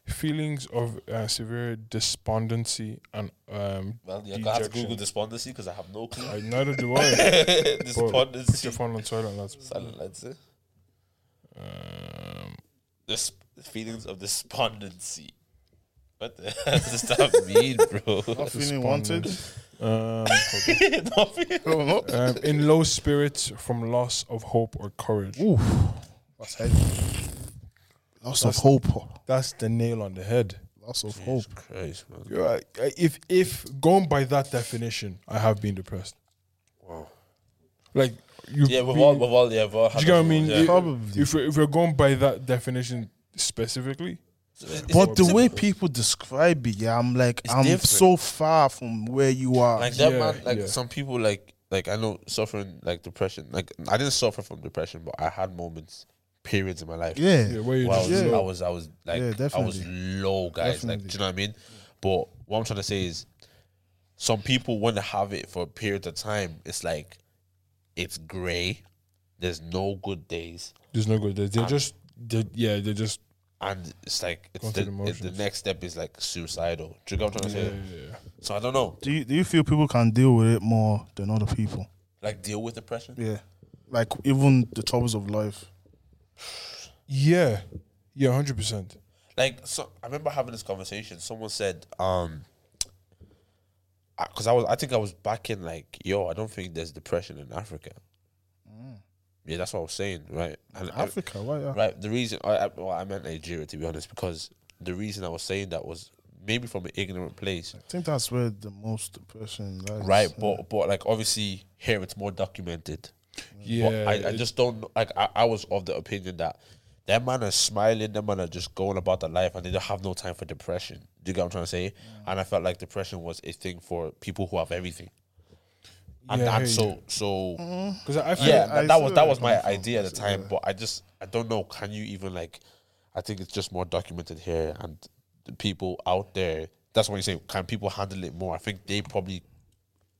S2: Feelings of uh, severe despondency and um,
S3: Well, you're gonna have to
S2: Dejection.
S3: Google despondency because I have no clue. [laughs]
S2: I, neither do I. Put
S3: despondency.
S2: your phone on silent. That's
S3: Silent, eh? let's say.
S2: um,
S3: This feelings of despondency. What the [laughs] hell does that mean, bro?
S1: Not feeling wanted.
S2: um,
S3: [laughs] Not feeling-
S1: I don't know.
S2: um, in low spirits from loss of hope or courage.
S1: Oof. That's heavy. Loss of hope.
S2: That's the nail on the head.
S1: Loss of hope.
S3: [laughs] Christ, man.
S2: You're right. Uh, If if going by that definition, I have been depressed.
S3: Wow.
S2: Like you.
S3: Yeah, we've all, we've all, yeah, we've all had
S2: Do you get what I
S3: those
S2: mean?
S3: moments, yeah.
S1: Probably.
S2: If we're, if we're going by that definition specifically,
S3: It's- it's-
S1: But the
S3: it's-
S1: way people describe it, yeah, I'm like,
S3: It's
S1: I'm
S3: different.
S1: so far from where you are.
S3: like that
S2: Yeah,
S3: man like
S2: yeah.
S3: some people like like i know suffering like depression like i didn't suffer from depression but i had moments periods in my life
S1: yeah.
S2: yeah, where you
S3: where I,
S2: just
S3: was,
S1: Yeah.
S3: I was i was like
S1: Yeah,
S3: i was
S1: definitely.
S3: low guys like do you know what i mean but what i'm trying to say is some people want to have it for a period of time it's like it's gray there's no good days
S2: there's no good. They're,
S3: Ah.
S2: they're just they're, yeah, they're just
S3: and it's like it's
S2: Going
S3: the,
S2: through the
S3: it- the
S2: motions.
S3: next step is like suicidal do you get what i'm
S2: yeah,
S3: trying to
S2: yeah,
S3: say
S2: yeah.
S3: so i don't know
S1: Do you, do you feel people can deal with it more than other people?
S3: like deal with depression
S1: Yeah. Like even the troubles of life.
S2: yeah, yeah, hundred percent.
S3: like so i remember having this conversation someone said um because i was i think i was back in like yo i don't think there's depression in africa yeah that's what i was saying right and I-
S1: Africa, why? Yeah.
S3: right the reason I, I, well, I meant nigeria to be honest because the reason i was saying that was maybe from an ignorant place
S1: I think that's where the most depression lies.
S3: right but but like obviously here it's more documented
S2: Yeah,
S3: But I, I just don't like. I, I was of the opinion that that man is smiling, that man are just going about their life, and they don't have no time for depression. Do you get what I'm trying to say? And I felt like depression was a thing for people who have everything, and,
S2: Yeah, I
S3: and
S2: hear
S3: so
S2: you.
S3: so
S2: because I feel
S3: yeah, that,
S1: I see
S3: that was
S1: where
S3: that
S1: you're
S3: was my
S1: coming from.
S3: idea at the
S1: That's-
S3: time.
S1: yeah.
S3: But I just I don't know. Can you even like? I think it's just more documented here, and the people out there. That's what you say. Can people handle it more? I think they probably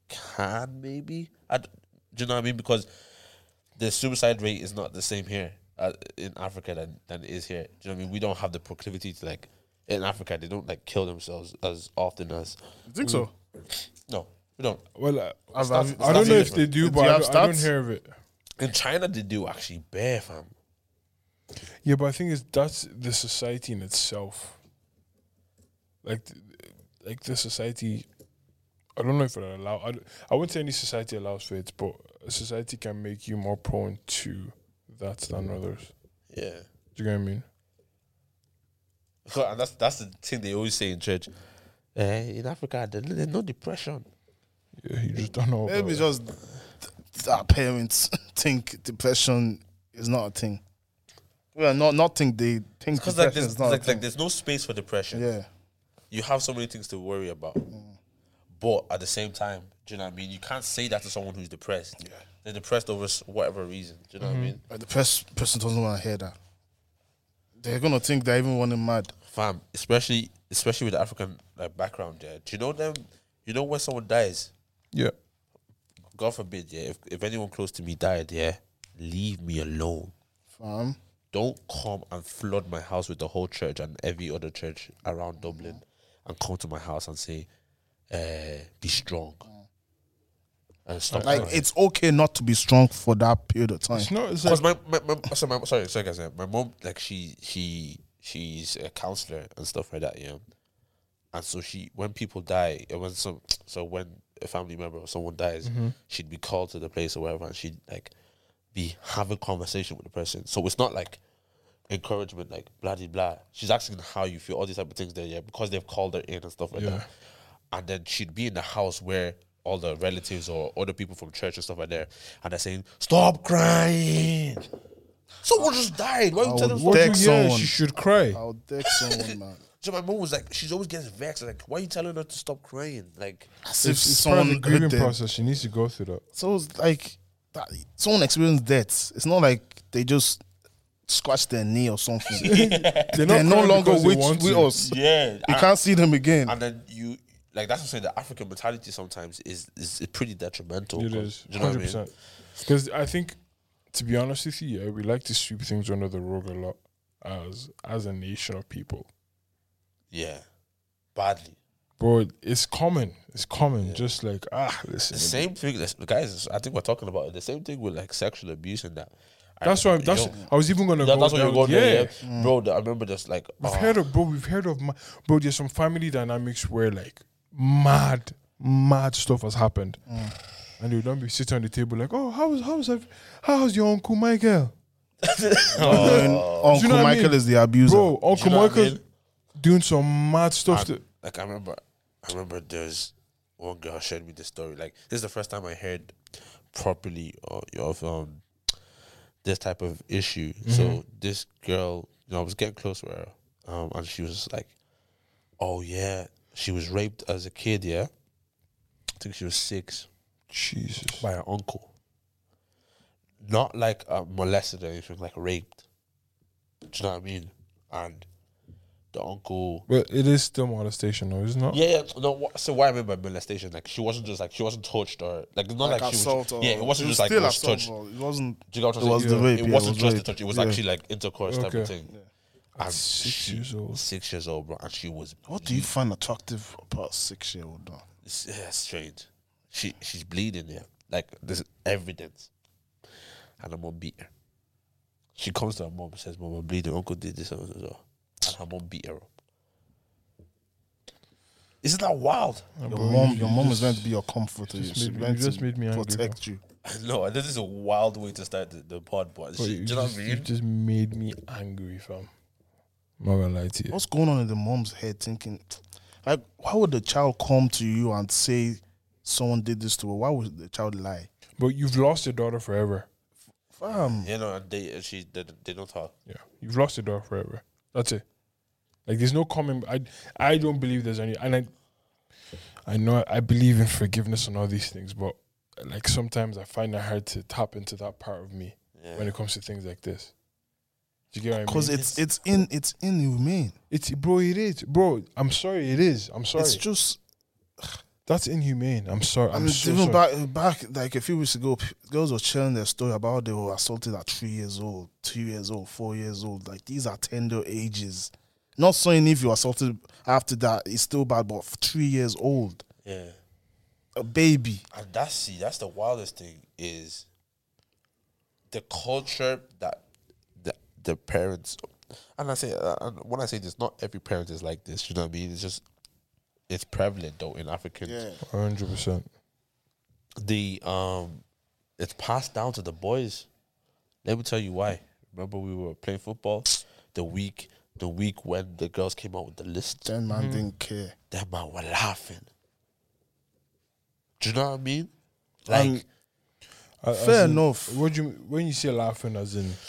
S3: can. Maybe I. d- Do you know what I mean? Because the suicide rate is not the same here uh, in Africa than than it is here. Do you know what I mean? We don't have the proclivity to like in Africa. They don't like kill themselves as often as
S1: You think so?
S3: no. We don't.
S2: well, uh,
S1: I've,
S3: not-
S1: I've-
S3: it's
S2: I
S3: not
S2: don't know if
S3: different.
S2: they do,
S1: Do
S2: but
S1: you
S2: I
S1: have
S2: don't, I don't
S1: stats?
S2: hear of it.
S3: In China, they do actually bear fam.
S2: Yeah, but I think it's that's the society in itself. Like, th- like the society. I don't know if it allow. I, d- I wouldn't say any society allows for it, but a society can make you more prone to that than
S1: Mm.
S2: others.
S3: Yeah.
S2: Do you get what I mean?
S3: So, and that's that's the thing they always say in church. Eh, in Africa, there- there's no depression.
S2: Yeah, you just don't know.
S1: Maybe
S2: about
S1: just th- our parents [laughs] think depression is not a thing. Well, not not think they think
S3: Because
S1: depression
S3: like there's
S1: is not a
S3: like,
S1: thing.
S3: like there's no space for depression.
S1: yeah, Mm.
S3: You have so many things to worry about. But at the same time, do you know what I mean? You can't say that to someone who's depressed. They're depressed over s- whatever reason. Do you know what I mean?
S1: But the pers- person doesn't want to hear that. They're gonna think they're even running mad.
S3: Fam, especially especially with the African like background, yeah. Do you know them? You know when someone dies,
S2: Yeah.
S3: God forbid, yeah. If if anyone close to me died, yeah, leave me alone.
S1: Fam,
S3: don't come and flood my house with the whole church and every other church around Dublin and come to my house and say, uh, be strong. And stop.
S1: like it's okay not to be strong for that period of time.
S2: It's not. It's like,
S3: Because my, my, my, so my, sorry, sorry guys, yeah, my mom, like she, she, she's a counselor and stuff like that, yeah. And so she, when people die, it was some, so when a family member or someone dies, she'd be called to the place or whatever, and she'd like be having conversation with the person. So it's not like encouragement, like blah de blah. She's asking how you feel, all these type of things there, yeah, because they've called her in and stuff like that. And then she'd be in the house where all the relatives or other people from church and stuff are there, and they're saying, "Stop crying." Someone just died. Why you
S1: I
S3: tell them?
S1: would
S3: Someone?
S2: what do you,
S1: Text
S2: yeah,
S1: someone.
S2: she should cry.
S1: I'll deck
S2: [laughs]
S1: someone, man.
S3: So my mom was like, she's always gets vexed. Like, why are you telling her to stop crying? Like,
S1: As if
S2: It's, it's part of the
S1: someone hurt
S2: grieving
S1: them.
S2: process. She needs to go through that.
S1: So it's like that, someone experienced death. It's not like they just scratched their knee or something. They're,
S2: [laughs] not
S1: no
S2: crying
S1: longer
S2: because they
S1: with,
S2: want
S1: with
S2: to.
S1: us.
S3: yeah,
S1: You can't see them again.
S3: and then you like that's what I'm saying. The African mentality sometimes is is pretty detrimental.
S2: It
S3: 'cause-
S2: is
S3: do you know what I
S2: hundred
S3: mean?
S2: percent. Because I think, to be honest with you, yeah, we like to sweep things under the rug a lot as as a nation of people.
S3: Yeah, badly.
S2: Bro, it's common. It's common.
S3: Yeah.
S2: Just like ah, listen.
S3: The same thing, that's- guys. I think we're talking about it. The same thing with like sexual abuse and that. I
S2: That's why.
S3: remember-
S2: That's.
S3: yo,
S2: I was even gonna.
S3: that-
S2: go
S3: that's what you're
S2: down-
S3: going there, yeah, bro. I remember just like
S2: We've
S3: ah,
S2: heard of bro. We've heard of ma- bro. There's some family dynamics where like mad, mad stuff has happened,
S3: Mm.
S2: and you don't be sitting on the table like, oh, how's how's that? How's your uncle Michael?
S1: And Uncle
S2: Do you know what I
S1: Oh, Michael
S2: mean?
S1: is the abuser.
S2: Bro, uncle
S3: you know what I
S2: Michael's
S3: mean?
S2: doing some mad stuff.
S3: I-
S2: to-
S3: like I remember, I remember there's one girl shared me this story. Like this is the first time I heard properly of, of um this type of issue.
S2: Mm-hmm.
S3: So this girl, you know, I was getting close with her, um, and she was like, "Oh yeah, she was raped as a kid. Yeah, I think she was six
S2: Jesus.
S3: by her uncle. Not like uh, molested or anything, like raped. Do you know what I mean? And the uncle."
S2: But it is still molestation, though, is it not?
S3: Yeah, yeah. No, wha- so what I mean by molestation, like she wasn't just like she wasn't touched or like not like, she was.
S1: assault or-
S3: yeah, it wasn't
S1: was
S3: just like
S1: still
S3: it was
S1: assault,
S3: touched.
S1: bro. It wasn't.
S3: Do you get what I'm
S1: It was
S3: saying?
S1: the rape,
S3: It
S1: yeah, it
S3: wasn't
S1: was
S3: just the
S1: rape.
S3: touch. It was
S1: Yeah.
S3: actually like intercourse type
S2: Okay.
S3: of thing. And
S2: Six
S3: she-
S2: years old.
S3: Six years old, bro, and she was.
S1: What do you
S2: Mm.
S1: find attractive about six year old? though?
S3: It's, yeah, it's strange. She she's bleeding. Yeah, like there's evidence, and her mom beat her. She comes to her mom and says, "Mom, I'm bleeding. Uncle did this and so, so." and her mom beat her up. Isn't
S2: [laughs]
S3: that wild?
S1: Your
S2: bro,
S1: mom,
S2: you
S1: your mom is
S2: just-
S1: meant to be your comforter.
S2: just
S1: She's
S2: made me-
S1: meant
S2: you just
S1: to
S2: made me angry,
S1: protect you.
S3: No, this is a wild way to start the, the pod, but
S2: Bro,
S3: she-
S2: you
S3: do you know
S2: just,
S3: what I
S2: you
S3: mean?
S2: just made me angry, fam. I'm not gonna lie to you.
S1: What's going on in the mom's head? Thinking, like, why would the child come to you and say someone did this to her? Why would the child lie?
S2: But you've lost your daughter forever.
S1: Fam,
S3: You know, they she they, they don't talk.
S2: Yeah, you've lost your daughter forever. That's it. Like, there's no coming. I I don't believe there's any. And I, I know I believe in forgiveness and all these things, but like sometimes I find it hard to tap into that part of me when
S3: Yeah.
S2: it comes to things like this. Do you get what I mean?
S1: because it's it's in it's inhumane.
S2: It's bro, it is, bro. I'm sorry, it is. I'm sorry.
S1: It's just
S2: That's inhumane. I'm sorry.
S1: i
S2: I'm
S1: mean,
S2: so
S1: even
S2: sorry.
S1: back back like a few weeks ago, p- girls were sharing their story about how they were assaulted at three years old, two years old, four years old. Like these are tender ages. Not saying if you're assaulted after that, it's still bad, but f- three years old,
S3: yeah.
S1: a baby.
S3: And that's see, that's the wildest thing is the culture that the the parents and I say uh, and when I say this, not every parent is like this, you know what I mean? It's just it's prevalent though in Africans.
S2: hundred percent.
S3: The um it's passed down to the boys. Let me tell you why. Remember we were playing football the week the week when the girls came out with the list.
S1: Ten man didn't care.
S3: that man were laughing. Do you know what I mean? Like,
S1: And Fair enough.
S2: What do you when you say laughing? As in,
S3: oh,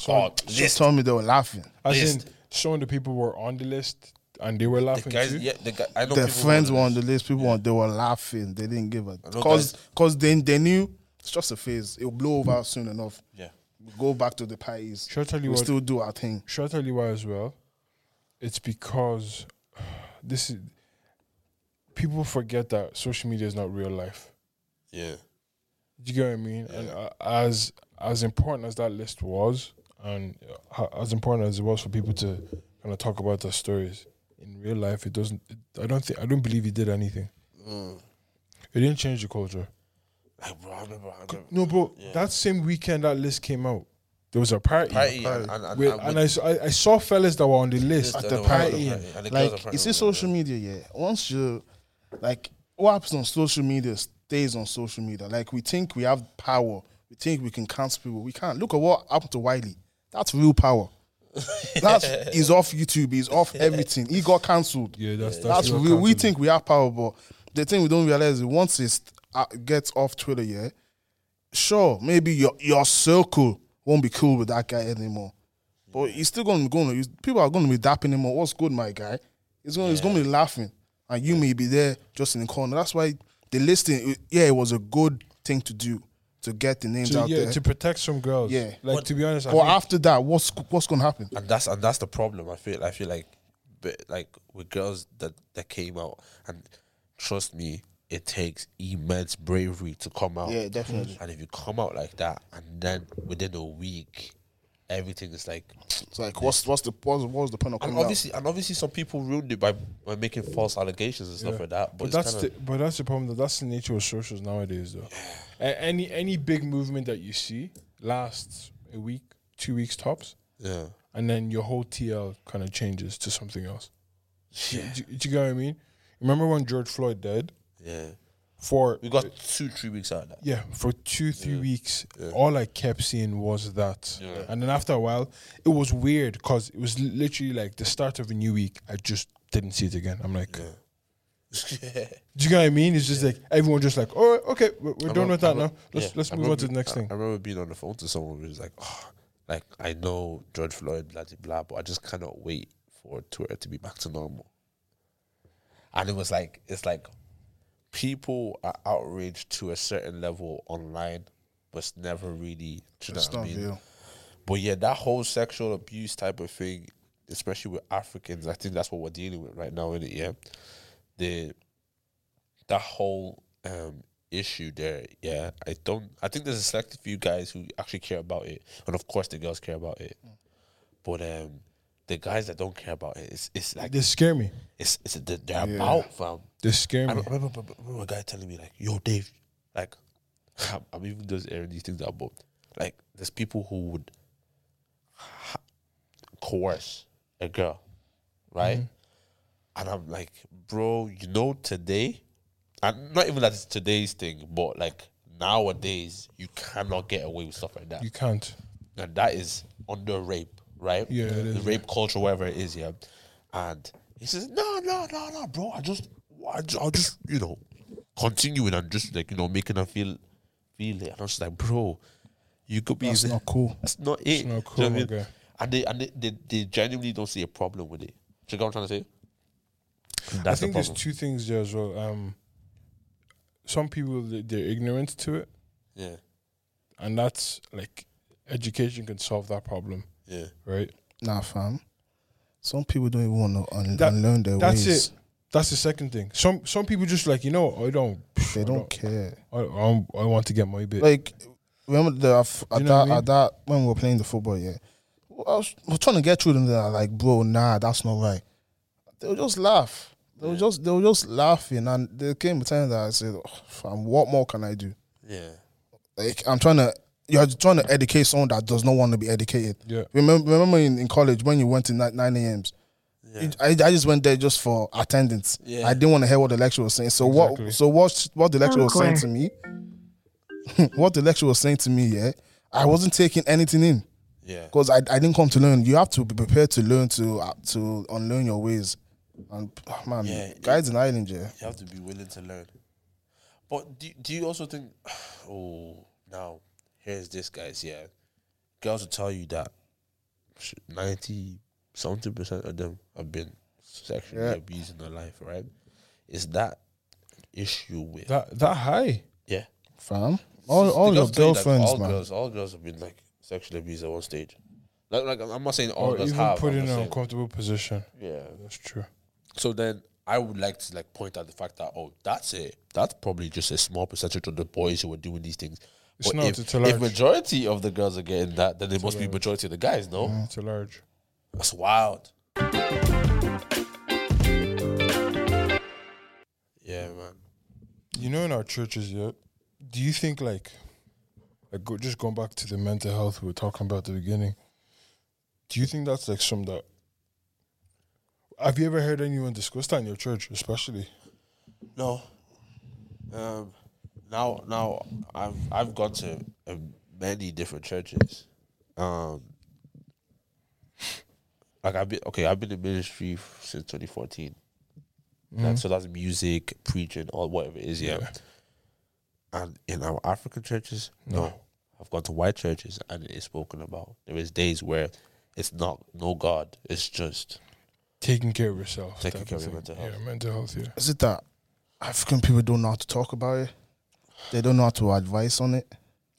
S2: someone,
S1: Just
S3: list.
S1: told me they were laughing.
S2: as
S3: list.
S2: in, some of the people were on the list and they were
S3: The
S2: laughing
S3: guys,
S2: too.
S3: yeah, the guy, I know
S1: Their
S3: people who
S1: friends
S3: are
S1: were on
S3: this.
S1: the list. People, were- they were laughing. They didn't give a
S3: know
S1: because because they they knew it's just a phase. It'll blow over soon enough.
S3: Yeah.
S1: We go back to the parties.
S2: Shall I tell you
S1: We'll
S2: what?
S1: still do our thing.
S2: Should I tell you why as well? It's because [sighs] this is people forget that social media is not real life.
S3: Yeah.
S2: Do you get what I mean? And uh, as as important as that list was, and uh, as important as it was for people to kind of talk about their stories in real life, it doesn't. It, I don't think. I don't believe it did anything. Mm. It didn't change the culture.
S3: Like, bro, I remember, I remember
S2: No, bro. That same weekend that list came out, there was a party.
S3: party and, and, and,
S2: With,
S3: and
S2: and
S3: with-
S2: I, s- I- I saw fellas that were on the list.
S1: at
S3: and
S1: the
S3: were-
S1: party.
S3: and the girls were
S1: like
S3: partying
S1: it's
S3: with
S1: in social
S3: them.
S1: media yeah once you like what happens on social media stays on social media like we think we have power we think we can cancel people we can't look at what happened to wiley that's real power
S3: [laughs]
S1: that's he's off youtube he's off everything he got cancelled
S2: Yeah, that's- that's
S1: that's
S2: real
S1: real. we
S2: cancelling.
S1: think we have power but the thing we don't realize is once it uh, gets off twitter yeah sure maybe your your circle won't be cool with that guy anymore but he's still going to be going. to People are going to be dapping him. up. What's good, my guy? He's going. to He's going to be laughing, and you may be there just in the corner. That's why the listing. it- Yeah, it was a good thing to do to get the names
S2: To,
S1: out
S2: yeah,
S1: there.
S2: to protect some girls.
S1: Yeah.
S2: Like to be honest, I
S1: but
S2: think-
S1: after that, what's what's going to happen?
S3: and that's and that's the problem. I feel I feel like, but like with girls that that came out and trust me, it takes immense bravery to come out.
S6: Yeah, definitely.
S3: And if you come out like that, and then within a week, everything is like.
S1: It's like what's what's the what's, what's the point of
S3: And
S1: coming out?
S3: obviously, and obviously, some people ruined it by, by making false allegations and stuff like that. But,
S2: But
S3: it's
S2: that's
S3: kinda,
S2: the but that's the problem. Though. That's the nature of socials nowadays, though. A- any any big movement that you see lasts a week, two weeks tops,
S3: yeah.
S2: and then your whole TL kind of changes to something else.
S3: yeah,
S2: Do, do you get what I mean? Remember when George Floyd died?
S3: yeah.
S2: For
S3: We got two, three weeks out of that.
S2: yeah, for two three weeks, all I kept seeing was that.
S3: Yeah.
S2: And then after a while, it was weird because it was li- literally like the start of a new week. I just didn't see it again. I'm like. [laughs] Do you get what I mean? It's just like everyone just like, oh, okay, we're, we're
S3: I
S2: done
S3: remember-
S2: with
S3: I
S2: that now.
S3: remember-
S2: Let's
S3: yeah,
S2: let's
S3: I
S2: move on to the
S3: remember-
S2: next
S3: I-
S2: thing.
S3: I remember being on the phone to someone who was like, oh, like I know George Floyd, blah blah blah, but I just cannot wait for Twitter to be back to normal. And it was like it's like people are outraged to a certain level online, but it's never really. Do you know
S1: It's
S3: what I
S1: not
S3: mean?
S1: real.
S3: But yeah, that whole sexual abuse type of thing, especially with Africans, I think that's what we're dealing with right now, in it? Yeah, the that whole um, issue there. Yeah, I don't. I think there's a select few guys who actually care about it, and of course the girls care about it. But um, the guys that don't care about it, it's it's like
S2: They scare me.
S3: it's it's they're about fam.
S2: They scare
S3: I
S2: me.
S3: remember, I remember, I remember a guy telling me like, "Yo, Dave, like, I'm, I'm even just airing these things out, but like, there's people who would ha- coerce a girl, right?"
S2: Mm-hmm.
S3: And I'm like, "Bro, you know today, and not even that it's today's thing, but like nowadays, you cannot get away with stuff like that,
S2: You can't.
S3: and that is under rape, right?
S2: Yeah, it is,
S3: the rape culture, whatever it is, yeah." And he says, "No, no, no, no, bro, I just, I just, I'll just, you know." continuing and just like you know making her feel feel it. And I was like, bro, you could be
S1: That's
S3: the-
S1: not cool.
S3: That's not it. Do you know
S2: not
S3: what
S2: cool,
S3: I
S2: my
S3: mean?
S2: guy.
S3: And they and they, they, they genuinely don't see a problem with it. Do you get what I'm trying to say?
S2: I
S3: That's the
S2: think there's
S3: problem.
S2: two things there as well. Um, some people they- they're ignorant to it,
S3: yeah,
S2: and that's like education can solve that problem,
S3: yeah.
S2: right?
S1: Nah, fam. Some people don't even want to un-
S2: That-
S1: unlearn their
S2: That's
S1: ways.
S2: it. That's the second thing. Some some people just like you know I don't.
S1: They
S2: I
S1: don't care.
S2: I, I, don't- I want to get my bit.
S1: Like remember the at
S2: you know
S1: that
S2: what I mean?
S1: at that when we were playing the football, yeah. I was, I was trying to get through them. They're like, bro, nah, that's not right. They would just laugh. They were just they were just laughing, and there came a time that I said, oh, fam, what more can I do?
S3: Yeah,
S1: Like I'm trying to. You're trying to educate someone that does not want to be educated.
S2: Yeah.
S1: Remember, remember in, in college when you went to nine, 9 a.m.s,
S3: yeah,
S1: I, I just went there just for attendance.
S3: Yeah.
S1: I didn't want to hear what the lecturer was saying. So
S2: Exactly.
S1: what? So what? What the lecturer was saying to me? [laughs] what the lecturer was saying to me? Yeah, I wasn't taking anything in
S3: yeah.
S1: because I, I didn't come to learn. You have to be prepared to learn to uh, to unlearn your ways. And ah, man,
S3: Yeah.
S1: guys in Ireland, yeah.
S3: You have to be willing to learn. But do do you also think? [sighs] Oh, now here's this guys. Yeah, girls will tell you that sh- ninety something percent of them have been sexually
S1: Yeah.
S3: abused in their life. Right? Is that issue with?
S2: that that high.
S3: yeah,
S1: Fam, all
S3: The
S1: all your
S3: girls tell you that
S1: girlfriends,
S3: all
S1: man.
S3: girls, all girls have been like sexually abused at one stage. Like, like I'm not saying all
S2: Or
S3: girls
S2: even
S3: have.
S2: put
S3: I'm
S2: in
S3: just
S2: an
S3: saying-
S2: uncomfortable position.
S3: yeah,
S2: That's true.
S3: So then I would like to like point out the fact that oh that's it. That's probably just a small percentage of the boys who are doing these things.
S2: It's not,
S3: if,
S2: it's a large-
S3: if majority of the girls are getting that, then it must be majority of the guys, no?
S2: It's a large.
S3: That's wild. Yeah, man.
S2: You know, in our churches, yeah. Do you think like, like go, just going back to the mental health we were talking about at the beginning? Do you think that's like some that? Have you ever heard anyone discuss that in your church, especially?
S3: No. Um, now, now I've I've gone to um, many different churches. Um, like I've been okay. I've been in ministry f- since 2014. Like, so that's music, preaching, or whatever it is. Mm. Yeah. And in our African churches, no. I've gone to white churches and it is spoken about. There is days where it's not no God. It's just
S2: Taking care of yourself.
S3: Taking
S2: type
S3: care of your
S2: thing.
S3: mental health.
S2: Yeah, mental health. Yeah.
S1: Is it that African people don't know how to talk about it? They don't know how to advise on it,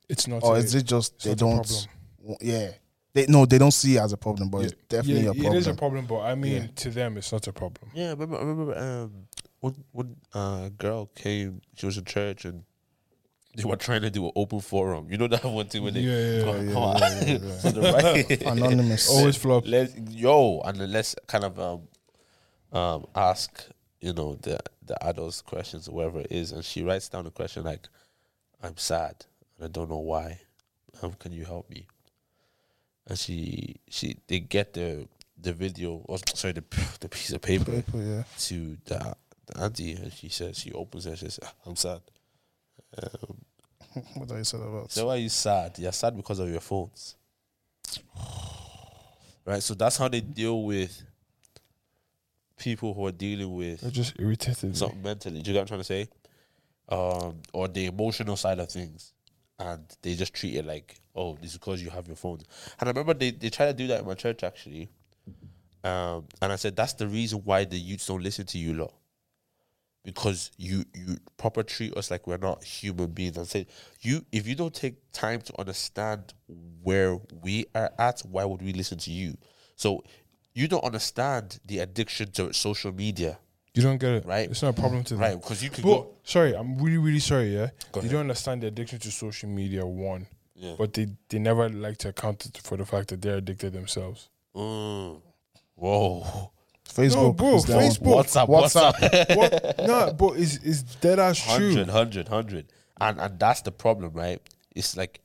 S2: It's not.
S1: or
S2: a-
S1: is it just
S2: it's
S1: they
S2: not a
S1: don't?
S2: problem.
S1: w- Yeah, they no, they don't see it as a problem, but
S2: Yeah,
S1: it's definitely
S2: yeah,
S1: a problem.
S2: It is a problem, but I mean, to them, it's not a problem.
S3: yeah. Remember, I remember um, one one uh, girl came. She was in church and they were trying to do an open forum. You know that one thing when they
S2: Yeah, yeah,
S3: come,
S2: yeah,
S3: come
S2: yeah,
S3: on.
S2: yeah,
S3: [laughs]
S2: yeah,
S3: to the right.
S1: Anonymous.
S2: Always flop.
S3: Let's, yo, and let's kind of um, um, ask you know the the adults questions or whatever it is, and she writes down a question like, "I'm sad and I don't know why. Um, can you help me?" And she she they get the the video or sorry the the piece of paper
S1: People, yeah.
S3: to the, the auntie, and she says she opens it. And she says, "Ah, "I'm sad." Um,
S1: What are you said about?
S3: so why are you sad? You're sad because of your phones. [sighs] Right? So that's how they deal with people who are dealing with
S2: That just irritated me.
S3: something mentally. Do you get what I'm trying to say? Um, or the emotional side of things. And they just treat it like, oh, this is because you have your phone. And I remember they, they tried to do that in my church actually. Um, and I said, that's the reason why the youths don't listen to you lot. Because you you proper treat us like we're not human beings and say you if you don't take time to understand where we are at, why would we listen to you? So you don't understand the addiction to social media.
S2: You don't get it.
S3: Right.
S2: It's not a problem to them.
S3: Right, because you could
S2: But
S3: go.
S2: sorry, I'm really, really sorry. Yeah,
S3: Go
S2: they
S3: ahead.
S2: don't understand the addiction to social media. One,
S3: Yeah.
S2: but they they never like to account it for the fact that they're addicted
S3: [laughs]
S2: themselves.
S3: Mm. Whoa.
S1: Facebook.
S2: No, bro,
S1: is down.
S2: Facebook.
S3: What's up? What's up?
S2: what? No, but it's it's dead ass true.
S3: 100, 100, 100. And, and that's the problem, right? It's like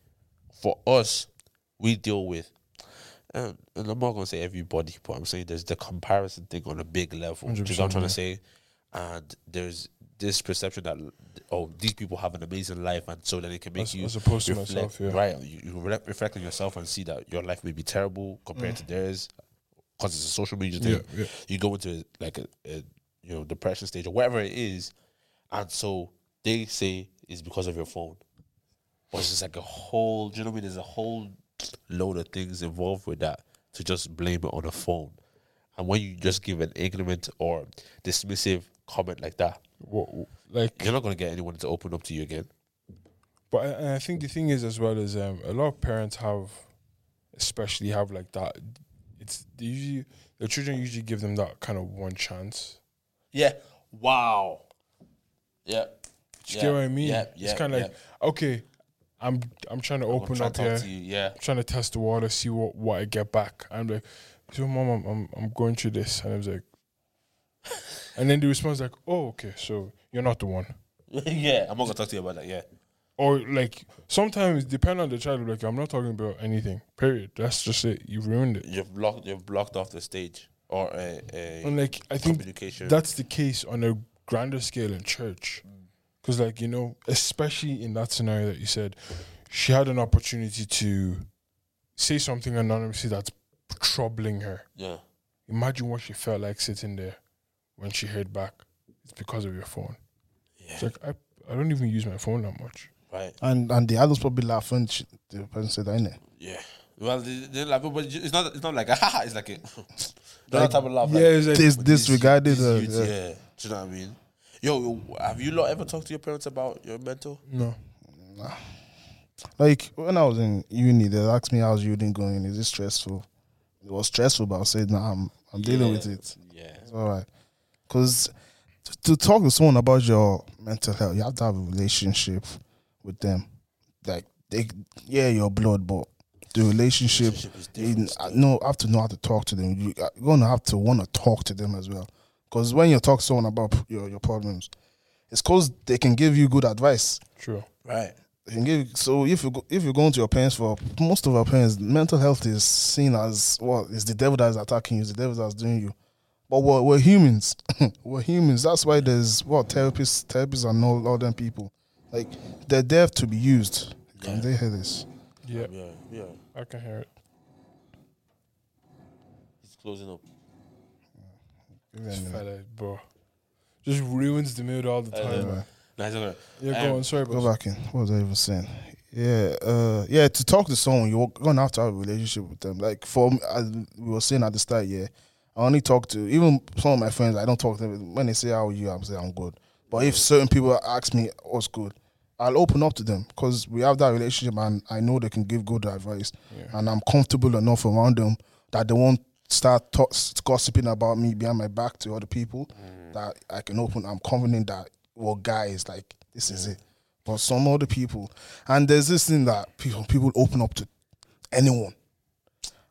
S3: for us, we deal with, and, and I'm not going to say everybody, but I'm saying there's the comparison thing on a big level. Do you know what I'm trying to say? And there's this perception that, oh, these people have an amazing life, and so then it can make
S2: As-
S3: you.
S2: as opposed to
S3: reflect-
S2: myself, yeah.
S3: Right. You, you re- reflect on yourself and see that your life may be terrible compared to theirs because it's a social media thing.
S2: Yeah, Mm. yeah.
S3: You go into like a, a you know depression stage or whatever it is, and so they say it's because of your phone. But it's just like a whole, do you know what I mean? There's a whole load of things involved with that to just blame it on a phone. And when you just give an ignorant or dismissive comment like that,
S2: What, like,
S3: you're not going to get anyone to open up to you again.
S2: but I, and I think the thing is as well is um, a lot of parents have, especially have like that. It's they usually the children usually give them that kind of one chance.
S3: Yeah. Wow. Yeah.
S2: Do you get what I mean? it's kind of like okay, I'm I'm trying to open up here.
S3: Yeah. [laughs]
S2: trying to test the water, see what, what I get back. I'm like, so mom, I'm, I'm I'm going through this, and I was like, [laughs] and then the response like, oh okay, so you're not the one,
S3: yeah. I'm not going to talk to you about that. Yeah.
S2: or like sometimes depending on the child, like I'm not talking about anything. Period. That's just it. You ruined it.
S3: You've blocked, you've blocked off the stage or a, a
S2: And like I think
S3: communication.
S2: that's the case on a grander scale in church, because like you know, especially in that scenario that you said, she had an opportunity to say something anonymously that's troubling her.
S3: yeah.
S2: Imagine what she felt like sitting there when she heard back. It's because of your phone. It's like I, I don't even use my phone that much.
S3: Right.
S1: And and the adults probably laugh when she, the person said that, innit?
S3: Yeah. Well, they, they laugh, but it's not. It's not like a [laughs] haha. It's like a that type of laugh. like,
S2: it's
S1: This
S3: but
S1: disregarded.
S3: these
S1: uh,
S3: youths,
S1: yeah.
S3: yeah. Do you know what I mean? Yo, have you lot ever talked to your parents about your mental?
S2: no.
S1: Like when I was in uni, they asked me how's uni going. Is it stressful? It was stressful, but I said, nah, I'm I'm dealing with it.
S3: Yeah.
S1: It's all right. Because to talk to someone about your mental health, you have to have a relationship with them. Like they, yeah, your blood, but the relationship,
S3: Relationship is
S1: you
S3: different
S1: n- no, have to know how to talk to them. You- You're gonna have to want to talk to them as well. Because when you talk to someone about p- your your problems, it's because they can give you good advice.
S2: True.
S3: Right.
S1: They can give. So if you go, if you're going to your parents for most of our parents, mental health is seen as well. It's the devil that is attacking you. It's the devil that's doing you. But we're, we're humans. [laughs] we're humans. That's why there's what therapists, therapists, and all other people. Like they're there to be used. Can they hear this?
S2: Yeah,
S3: Yeah. Yeah.
S2: I can hear it.
S3: It's closing up.
S2: This fella, bro, just ruins the mood all the time. man.
S3: Nice. Okay.
S2: Yeah, go
S3: Um,
S2: on. Sorry,
S1: Go
S2: but
S1: back in. What was I even saying? Yeah, uh, yeah. To talk to someone, you're gonna have to have a relationship with them. Like for me, as we were saying at the start, yeah, I only talk to even some of my friends. I don't talk to them when they say how are you. I'm saying I'm good. But if certain people ask me what's good, I'll open up to them because we have that relationship, and I know they can give good advice, and I'm comfortable enough around them that they won't start to- gossiping about me behind my back to other people. that I can open, I'm confident that well, guys, like this is it. But some other people, and there's this thing that people people open up to anyone,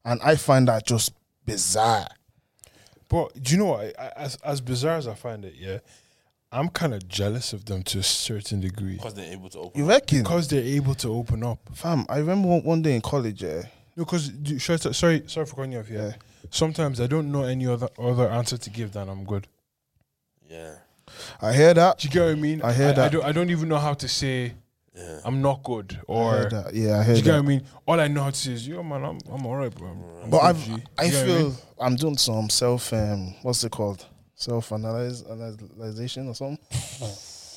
S1: and I find that just bizarre.
S2: But do you know what? I, I, as as bizarre as I find it, yeah, I'm kind of jealous of them to a certain degree
S3: because they're able to open.
S1: You reckon?
S2: because they're able to open up.
S1: Fam, I remember one, one day in college, yeah.
S2: No, because sorry, sorry for cutting you off. Yeah. Sometimes I don't know any other other answer to give than I'm good.
S3: Yeah,
S1: I hear that.
S2: Do you get what I mean?
S1: I hear
S2: I,
S1: that.
S2: don't, I don't even know how to say
S3: yeah.
S2: I'm not good
S1: I hear
S2: or.
S1: that. Yeah, I hear
S2: Do you get what I
S1: that.
S2: mean? All I know how to say is, yo, man, I'm, I'm all right, bro. I'm
S1: But
S2: good,
S1: I've,
S2: G." Do you
S1: I
S2: get what
S1: feel
S2: mean?
S1: I'm doing some self, um, what's it called? Self analyze analyzation
S2: [laughs]
S1: or something.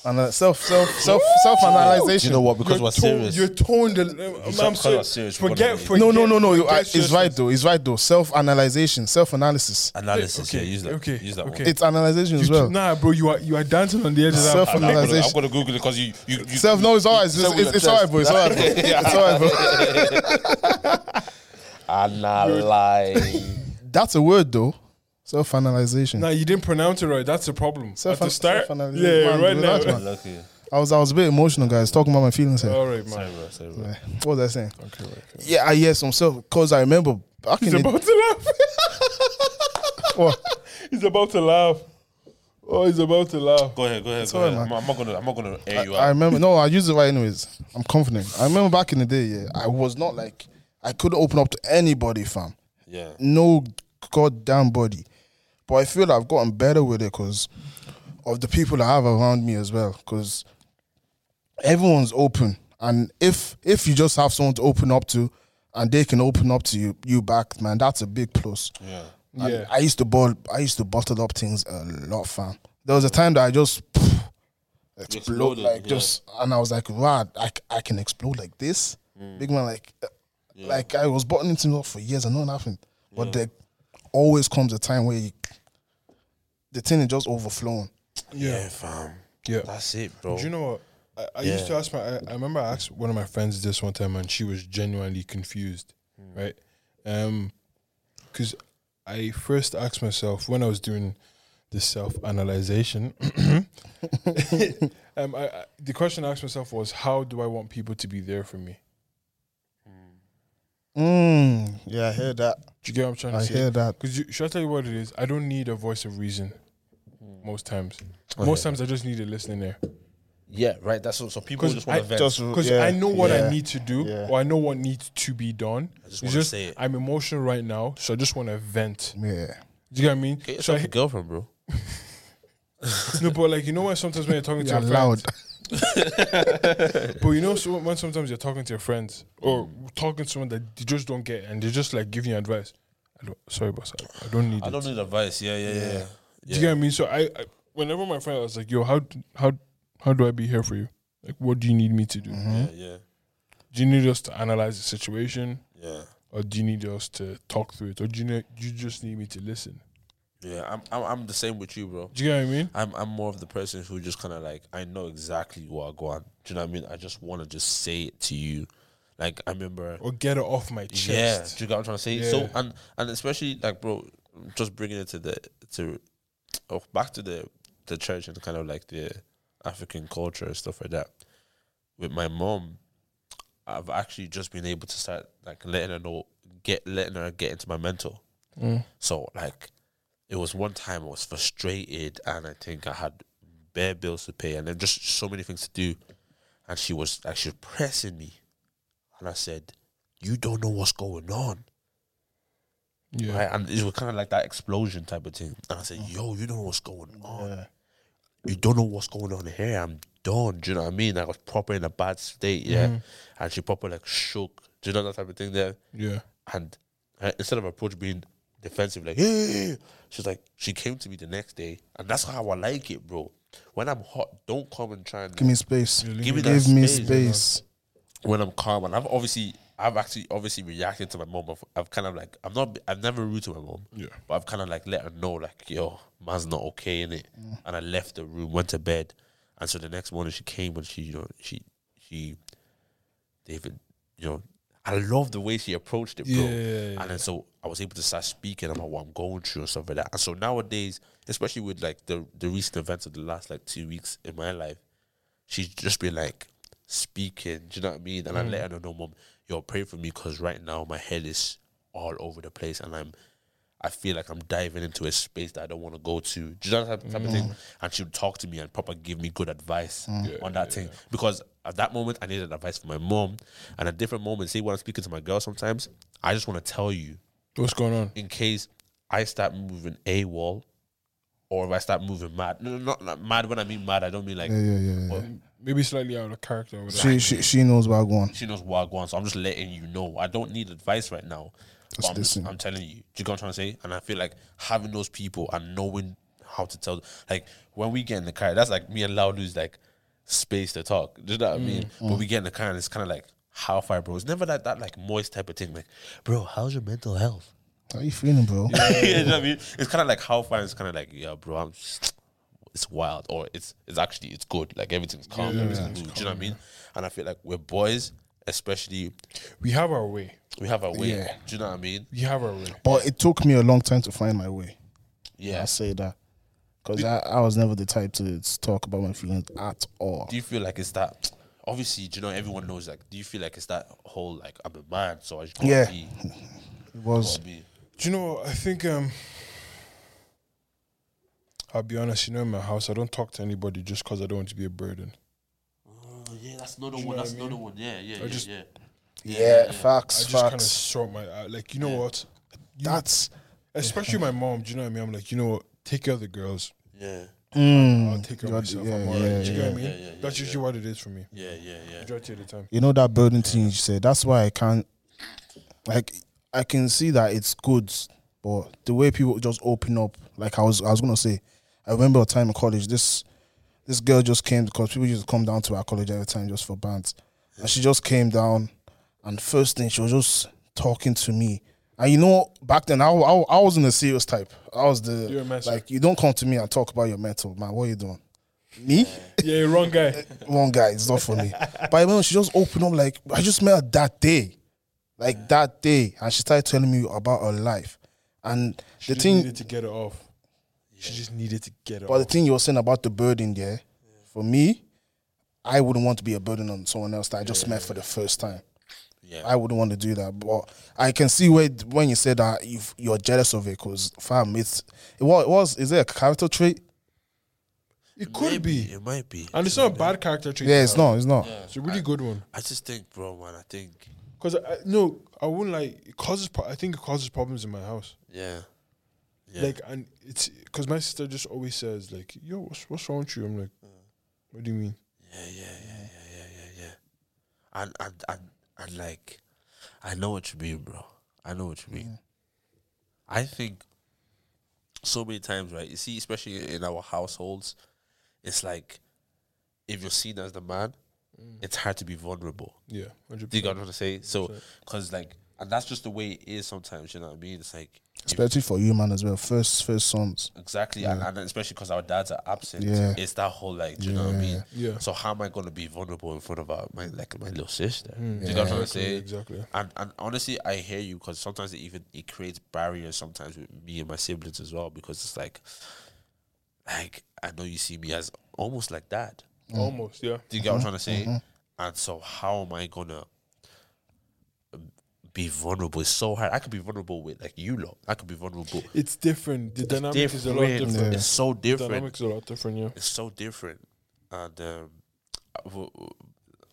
S1: Ana- self self self self
S3: Do
S1: analyzation.
S3: you know what? Because
S2: Your
S3: we're
S2: tone-
S3: serious.
S2: Your tone, the,
S3: Because
S2: I'm, I'm
S3: we're
S2: serious.
S3: serious, we're
S2: Forget,
S3: gonna be-
S2: forget.
S1: No, no, no, no. you-
S2: forget
S1: I, it's
S2: seriousness.
S1: right though. It's right though. Self analyzation, self analysis.
S3: Analysis.
S2: Okay,
S3: yeah, use that.
S2: okay,
S3: use that
S2: okay.
S3: one.
S1: It's analyzation as
S2: You-
S1: well.
S2: Nah, bro, you are you are dancing on the edge of that.
S1: Self-
S3: I'm gonna,
S1: analyzation.
S3: I'm gonna Google it because you, you, you
S1: Self, no, it's alright. It's,
S3: Self-
S1: it's, it's, alright, bro. It's alright, bro.
S2: [laughs]
S1: It's alright, bro.
S3: Analyze.
S1: That's a word though. Self analyzation.
S2: Nah, you didn't pronounce it right. That's the problem. At
S1: Self-
S2: the start,
S1: self-analysis.
S2: yeah,
S1: Man,
S2: right
S1: bro,
S2: now.
S1: that's one.
S3: Lucky.
S1: I was I was a bit emotional, guys. Talking about my feelings here.
S2: All right, man.
S3: Sorry, bro. Sorry, bro.
S1: Yeah. What was I saying?
S2: Oh. Okay, right.
S1: Yeah, I hear some self because I remember back
S2: He's
S1: in the
S2: about to laugh. [laughs]
S1: what?
S2: [laughs] He's about to laugh. Oh, he's about to laugh.
S3: Go ahead. Go ahead. Go
S1: alright,
S3: ahead. I'm,
S1: man.
S3: I'm not gonna. I'm not gonna air you
S1: [laughs] I
S3: out.
S1: remember. No, I use it right anyways. I'm confident. I remember back in the day. Yeah, I was not like I could open up to anybody, fam.
S3: Yeah.
S1: No goddamn body. But I feel I've gotten better with it because of the people I have around me as well. Because everyone's open, and if if you just have someone to open up to, and they can open up to you you back, man, that's a big plus.
S3: Yeah.
S1: And
S2: Yeah.
S1: I used to ball. I used to bottle up things a lot, fam. There was a time that I just pff, explode,
S3: exploded,
S1: like
S3: yeah.
S1: just, and I was like, wow, I, c- I can explode like this,
S3: Mm.
S1: big man. Like, uh, like I was bottling things up for years and nothing happened. But there always comes a time where you, the thing is just overflowing.
S3: Yeah, fam.
S2: Yeah.
S3: That's it, bro.
S2: Do you know what? I, I
S3: Yeah.
S2: used to ask my. I, I remember I asked one of my friends this one time, and she was genuinely confused,
S3: Hmm.
S2: right? Um, because I first asked myself when I was doing the self [laughs]
S1: [laughs]
S2: analyzation. um, I, I, the question I asked myself was, how do I want people to be there for me?
S1: Mm, yeah, I hear that.
S2: Do you get what I'm trying to
S1: I
S2: say?
S1: hear that.
S2: Because should I tell you what it is? I don't need a voice of reason. Most times, most times I just need a listening ear.
S3: Yeah, right. That's what. So people
S2: 'Cause
S3: just want
S2: I
S3: to vent.
S1: Just
S2: because
S1: yeah,
S2: I know what
S1: yeah.
S2: I need to do
S1: yeah.
S2: or I know what needs to be done. I
S3: just wanna say it.
S2: I'm emotional right now, so I just want to vent.
S1: Yeah,
S2: Do you get what I mean?
S3: Get
S2: So
S3: yourself
S2: I,
S3: a girlfriend, bro.
S2: [laughs] no, but like you know when sometimes when you're talking to
S1: you're
S2: your
S1: loud.
S2: friends, [laughs] but you know so when sometimes you're talking to your friends or talking to someone that you just don't get and they're just like giving you advice. I don't, sorry, boss, I, I don't need.
S3: I
S2: it.
S3: don't need advice. Yeah, yeah, yeah.
S2: Do you get what I mean? So I, I whenever my friend I was like, yo, how d- how how do I be here for you? Like, what do you need me to do?
S3: Yeah, yeah,
S2: Do you need us to analyze the situation?
S3: yeah.
S2: or do you need us to talk through it, or do you know, you just need me to listen?
S3: Yeah, I'm, I'm I'm the same with you, bro.
S2: Do you get what I mean?
S3: I'm I'm more of the person who just kind of like I know exactly what I go on. Do you know what I mean? I just want to just say it to you. Like I remember,
S2: Or get it off my
S3: yeah.
S2: chest.
S3: Do you get what I'm trying to say?
S2: Yeah.
S3: So and and especially like, bro, just bringing it to the to oh, back to the the church and kind of like the African culture and stuff like that. With my mom, I've actually just been able to start like letting her know, get letting her get into my mental.
S2: Mm.
S3: So like, it was one time I was frustrated, and I think I had bare bills to pay, and then just so many things to do, and she was like she was pressing me, and I said, "You don't know what's going on."
S2: Yeah.
S3: Right, and it was kind of like that explosion type of thing. And I said, "Yo, you don't know what's going on. You don't know what's going on here. I'm done. Do you know what I mean? I was proper in a bad state, yeah." And she proper like shook. Do you know that type of thing there?
S2: Yeah.
S3: And uh, instead of approach being defensive, like, hey, she's like, she came to me the next day. And that's how I like it, bro. When I'm hot, don't come and try and
S1: Give me space.
S2: You're
S3: Give me that
S1: Give me
S3: space,
S1: space.
S3: when I'm calm. And I've obviously, I've actually obviously reacted to my mom. I've, I've kind of like, I'm not, I've never rude to my mom,
S2: Yeah.
S3: but I've kind of like let her know, like, yo, man's not okay in it.
S2: Mm.
S3: And I left the room, went to bed. And so the next morning she came and she, you know, she, she, David, you know, I love the way she approached it, bro.
S2: Yeah.
S3: And then so I was able to start speaking about what I'm going through and stuff like that. And so nowadays, especially with like the the recent events of the last like two weeks in my life, she's just been like speaking. Do you know what I mean? And I
S1: Mm.
S3: let her know, mom, yo, pray for me because right now my head is all over the place and I'm. I feel like I'm diving into a space that I don't want to go to. Do you know that type,
S1: Mm.
S3: type of thing? And she would talk to me and proper give me good advice on that thing. Because at that moment, I needed advice from my mom. And at different moments, see, when I'm speaking to my girl sometimes, I just want to tell you
S2: What's going on?
S3: in case I start moving a wall, or if I start moving mad. No, no, not, not mad. When I mean mad, I don't mean like
S1: yeah, yeah, yeah.
S3: Well,
S2: Maybe slightly out of character. Over there.
S1: She, she she knows what I want.
S3: she knows what I want. So I'm just letting you know. I don't need advice right now. But I'm, just,
S1: listen.
S3: I'm telling you. Do you know what I'm trying to say? And I feel like having those people and knowing how to tell, like when we get in the car, that's like me and Laulu's like space to talk. Do you know what I mean? But we get in the car and it's kind of like how far, bro. It's never that that like moist type of thing. Like, bro, how's your mental health? [laughs]
S1: How you feeling, bro?
S3: you know what I mean? It's kind of like how far it's kind of like, yeah, bro, I'm. It's wild, or it's it's actually it's good. Like everything's calm, everything's cool. Do you know what I mean? And I feel like we're boys, especially
S2: We have our way.
S3: we have our way.
S1: Yeah.
S3: Do you know what I mean?
S2: We have our way.
S1: But it took me a long time to find my way. I
S3: Yeah.
S1: say that because I, I was never the type to talk about my feelings at all.
S3: Do you feel like it's that? Obviously, do you know everyone knows? Like, do you feel like it's that whole like I'm a man, so I just gotta
S1: Yeah.
S3: be,
S1: It was
S3: gotta be.
S2: Do you know? what? I think um, I'll be honest. You know, in my house, I don't talk to anybody just because I don't want to be a burden.
S3: Oh, yeah, that's another one. That's another one. Yeah, yeah, yeah,
S2: just-
S3: yeah.
S1: yeah,
S2: I
S1: facts,
S2: just kind of
S1: facts.
S2: sort my out. Like, you know what? You-
S1: That's
S2: [laughs] especially my mom. Do you know what I mean? I'm like, you know what? Take care of the girls.
S3: Yeah,
S2: I'll
S1: mm,
S2: take care of
S1: you're-
S2: myself.
S1: yeah,
S2: I'm alright.
S1: yeah,
S2: do you
S1: yeah.
S2: know what I mean? That's usually what it is for me.
S3: yeah, yeah, yeah.
S2: Majority of the time. [laughs]
S1: You know that burden thing you said. That's why I can't. Like I can see that it's good, but the way people just open up. Like I was, I was gonna say. I remember a time in college. This this girl just came because people used to come down to our college every time just for bands, and she just came down, and first thing she was just talking to me. And you know, back then I, wa- I, wa- I wasn't a serious type. I was the
S2: You're a messer.
S1: like you don't come to me and talk about your mental man. What are you doing? Me?
S2: Yeah, wrong guy.
S1: one guy. It's not for me. but I remember she just opened up like I just met her that day, like that day, and she started telling me about her life. And
S2: She
S1: the
S2: just
S1: thing,
S2: needed to get it off. She just needed to get it
S1: but the
S2: off.
S1: thing you were saying about the burden there, for me, I wouldn't want to be a burden on someone else that I just met for the first time.
S3: Yeah.
S1: I wouldn't want to do that. But I can see where when you say that you you're jealous of it because fam, it's it was, it was is it a character trait?
S2: it could
S3: Maybe,
S2: be.
S3: It might be.
S2: And it's not a bad character trait.
S1: Yeah,
S2: to
S1: it's
S2: have.
S1: not. It's not.
S2: It's a really good one.
S3: I just think, bro, man. I think,
S2: Because, I, no, I wouldn't like, it causes, pro- I think it causes problems in my house.
S3: yeah, Yeah.
S2: Like, and it's, because my sister just always says, like, yo, what's, what's wrong with you? I'm
S3: Mm.
S2: like, what do you mean?
S3: yeah, yeah, yeah, yeah, yeah, yeah, yeah. And and and and like, I know what you mean, bro. I know what you mean. I think so many times, right? You see, especially in our households, it's like if you're seen as the man, it's hard to be vulnerable.
S2: Yeah. 100%.
S3: Do you got what I'm saying? So, because like, and that's just the way it is sometimes. You know what I mean? It's like if-
S1: Especially for you, man, as well. First, first sons.
S3: Exactly, and, and especially because our dads are absent,
S1: Yeah.
S3: it's that whole like, do you know what I mean?
S2: Yeah.
S3: So how am I going to be vulnerable in front of our, my like my little sister?
S2: Mm.
S3: Do you know what I'm
S2: Exactly,
S3: saying?
S2: exactly.
S3: And and honestly, I hear you because sometimes it even it creates barriers sometimes with me and my siblings as well because it's like, like I know you see me as almost like dad.
S2: Mm. Almost, yeah.
S3: Do you get what I'm trying to say? And so, how am I gonna um, be vulnerable? It's so hard. I could be vulnerable with like you lot. I could be vulnerable.
S2: It's different. The dynamic is a lot
S3: Different.
S2: different.
S3: It's so
S2: The
S3: different.
S2: dynamic is a lot different, yeah.
S3: It's so different. And um, w- w-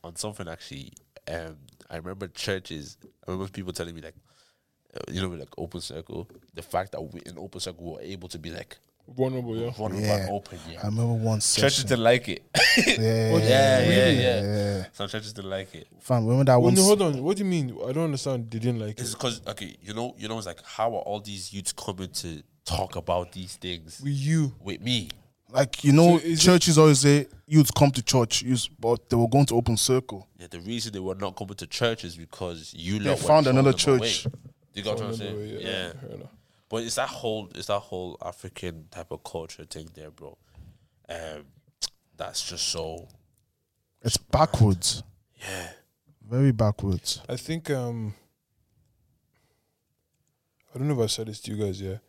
S3: on something actually, um, I remember churches. I remember people telling me like, uh, you know, with, like open circle. The fact that we in open circle were able to be like
S2: Vulnerable, yeah.
S3: vulnerable
S1: Yeah.
S3: and open. Yeah,
S1: I remember one
S3: churches
S1: session.
S3: didn't like it.
S1: Yeah,
S3: yeah, [laughs] yeah,
S1: really?
S3: yeah,
S1: yeah.
S3: Some churches didn't like it.
S1: Fam, remember that
S2: Well,
S1: one?
S2: no,
S1: s-
S2: hold on. What do you mean? I don't understand. They didn't like
S3: It's
S2: it.
S3: because okay, you know, you know, it's like how are all these youths coming to talk about these things
S2: With you.
S3: with me?
S1: Like you know,
S2: So is it-
S1: churches always say you'd come to church, youths, but they were going to open circle.
S3: Yeah, the reason they were not coming to church is because you lot were
S1: found
S3: throwing
S1: another
S3: them away.
S1: church.
S3: You got what I'm
S2: Vulnerable,
S3: saying?
S2: yeah.
S3: yeah.
S2: fair enough.
S3: But it's that whole it's that whole African type of culture thing there, bro. Um, that's just so
S1: It's backwards,
S3: yeah.
S1: very backwards.
S2: I think um I I don't know if I said this to you guys. Yeah,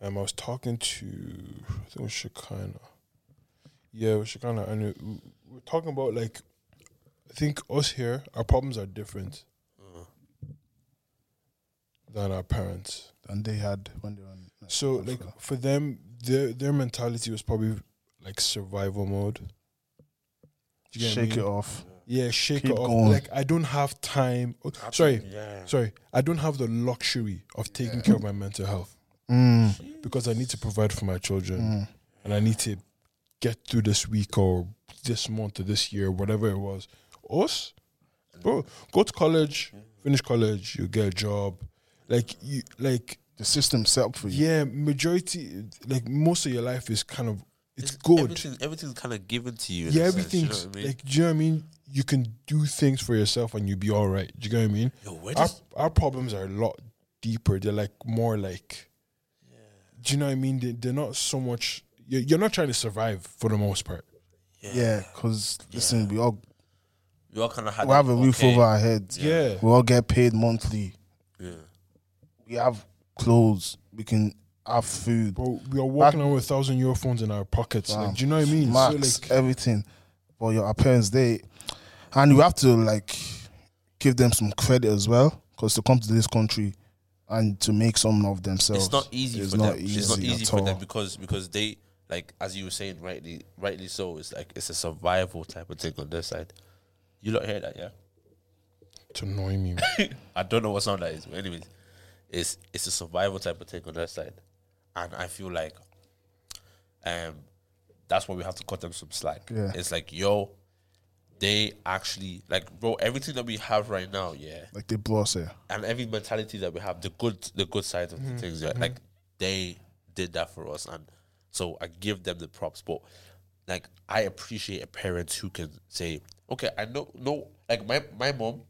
S2: um, I was talking to I think it was Shekinah. Yeah, it was Shekinah, and it- we we're talking about like I think us here, our problems are different than our parents.
S1: And they had when they were in, like,
S2: So like
S1: Africa.
S2: for them, their their mentality was probably like survival mode. Do you get what I
S1: shake
S2: mean?
S1: it off.
S2: Yeah, shake
S1: Keep
S2: it off.
S1: going.
S2: Like I don't have time. Oh,
S1: Eh,
S2: sorry, sorry. I don't have the luxury of taking care of my mental health
S1: Mm.
S2: because I need to provide for my children and I need to get through this week or this month or this year, whatever it was. Us, bro, go to college, finish college, you get a job. Like you, like
S1: The system set up for you.
S2: yeah, majority, like most of your life is kind of it's,
S3: It's-
S2: good.
S3: Everything's, everything's kind of given to you. in
S2: yeah,
S3: a sense, you know
S2: everything's
S3: what I mean?
S2: like, do you know what I mean? You can do things for yourself and you'll be all right. Do you know what I mean?
S3: Yo, where
S2: our,
S3: does-
S2: our problems are a lot deeper. They're like more like, do you know what I mean? They, they're not so much, you're, you're not trying to survive for the most part.
S1: Yeah, because listen, we all
S3: we all kind of had
S1: we have
S3: that,
S1: a roof
S3: okay,
S1: over our heads.
S2: Yeah.
S1: we all get paid monthly.
S3: Yeah.
S1: We have clothes. We can have food,
S2: Bro, we are walking around with thousand euro phones in our pockets.
S1: Wow.
S2: Like, do you know what I mean? So,
S1: max,
S2: like,
S1: everything. But your parents, they, and you have to like give them some credit as well, because to come to this country and to make something of themselves,
S3: It's not easy
S1: It's
S3: for
S1: not
S3: them. it's not
S1: easy
S3: easy
S1: at
S3: for them
S1: all.
S3: because because they like as you were saying rightly rightly so. It's like it's a survival type of thing on their side. You lot hear that, yeah?
S2: to annoy
S1: [laughs]
S2: me. man.
S3: I don't know what sound that is, but anyways, it's it's a survival type of thing on their side, and I feel like, um, that's why we have to cut them some slack.
S1: Yeah.
S3: It's like yo, they actually like bro, everything that we have right now, yeah,
S1: like they blow us here.
S3: and every mentality that we have, the good the good side of the things, yeah, like they did that for us, and so I give them the props. But like I appreciate a parent who can say, okay, I know no like my my mom,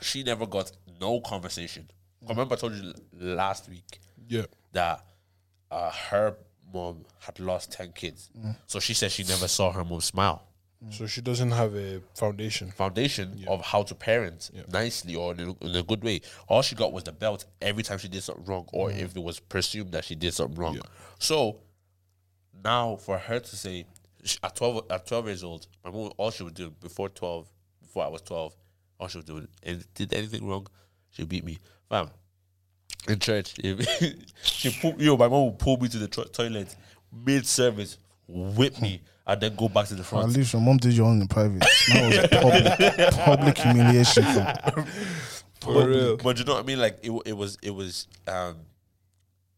S3: she never got no conversation. Remember I told you l- last week
S2: yeah.
S3: that uh, her mom had lost ten kids, so she said she never saw her mom smile
S2: So she doesn't have a foundation.
S3: foundation of how to parent nicely or in a, in a good way. All she got was the belt every time she did something wrong, or if it was presumed that she did something wrong. So now for her to say sh- at twelve at twelve years old, my mom all she would do before twelve, before I was twelve, all she would do and did anything wrong, she beat me, fam. In church, [laughs] if- she pull, yo, my mom would pull me to the to- toilet mid service, whip me, and then go back to the
S1: At
S3: front.
S1: least your mom did your own in private. Mine was
S3: [laughs]
S1: public, public humiliation. fam.
S3: but, but you know what I mean? Like it, wa- it was, it was, um,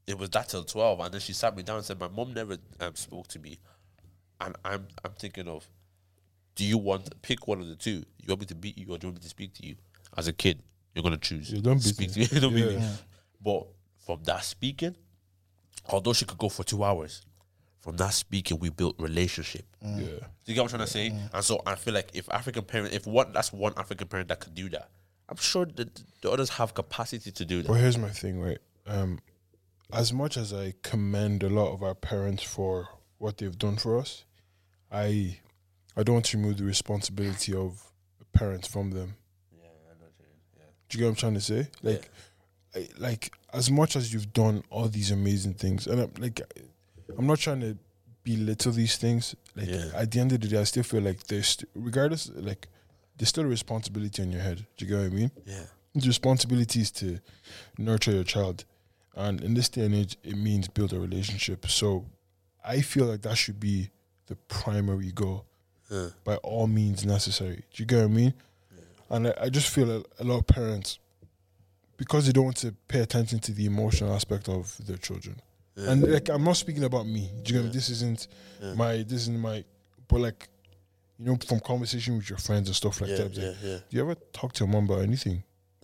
S3: it was that till twelve, and then she sat me down and said, "My mom never um, spoke to me," and I'm, I'm thinking of, do you want pick one of the two? You want me to beat you, or do you want me to speak to you? As a kid, you're gonna choose.
S2: Yeah, don't beat
S3: speak
S2: me.
S3: to me. [laughs] don't beat me.
S2: Yeah.
S3: But from that speaking, although she could go for two hours, from that speaking, we built relationship.
S2: Yeah.
S3: Mm. Do you get what I'm trying to say? And so I feel like if African parent, if one, that's one African parent that could do that. I'm sure that the others have capacity to do that.
S2: But here's my thing, right? Um, as much as I commend a lot of our parents for what they've done for us, I I don't want to remove the responsibility of parents from them. Do you get what I'm trying to say? Like, I, like as much as you've done all these amazing things, and I'm like, I'm not trying to belittle these things. Like
S3: Yeah.
S2: at the end of the day, I still feel like there's st- regardless, like there's still a responsibility on your head. Do you get what I mean?
S3: Yeah,
S2: It's responsibility is to nurture your child. And in this day and age, it means build a relationship. So I feel like that should be the primary goal
S3: Yeah.
S2: by all means necessary. Do you get what I mean? And I, I just feel like a lot of parents, because they don't want to pay attention to the emotional aspect of their children. And like I'm not speaking about me. Do you get me? This isn't my this isn't my but like you know, from conversation with your friends and stuff like
S3: Yeah,
S2: that. it's like,
S3: yeah, yeah.
S2: Do you ever talk to your mom about
S3: [laughs]
S2: anything? [laughs]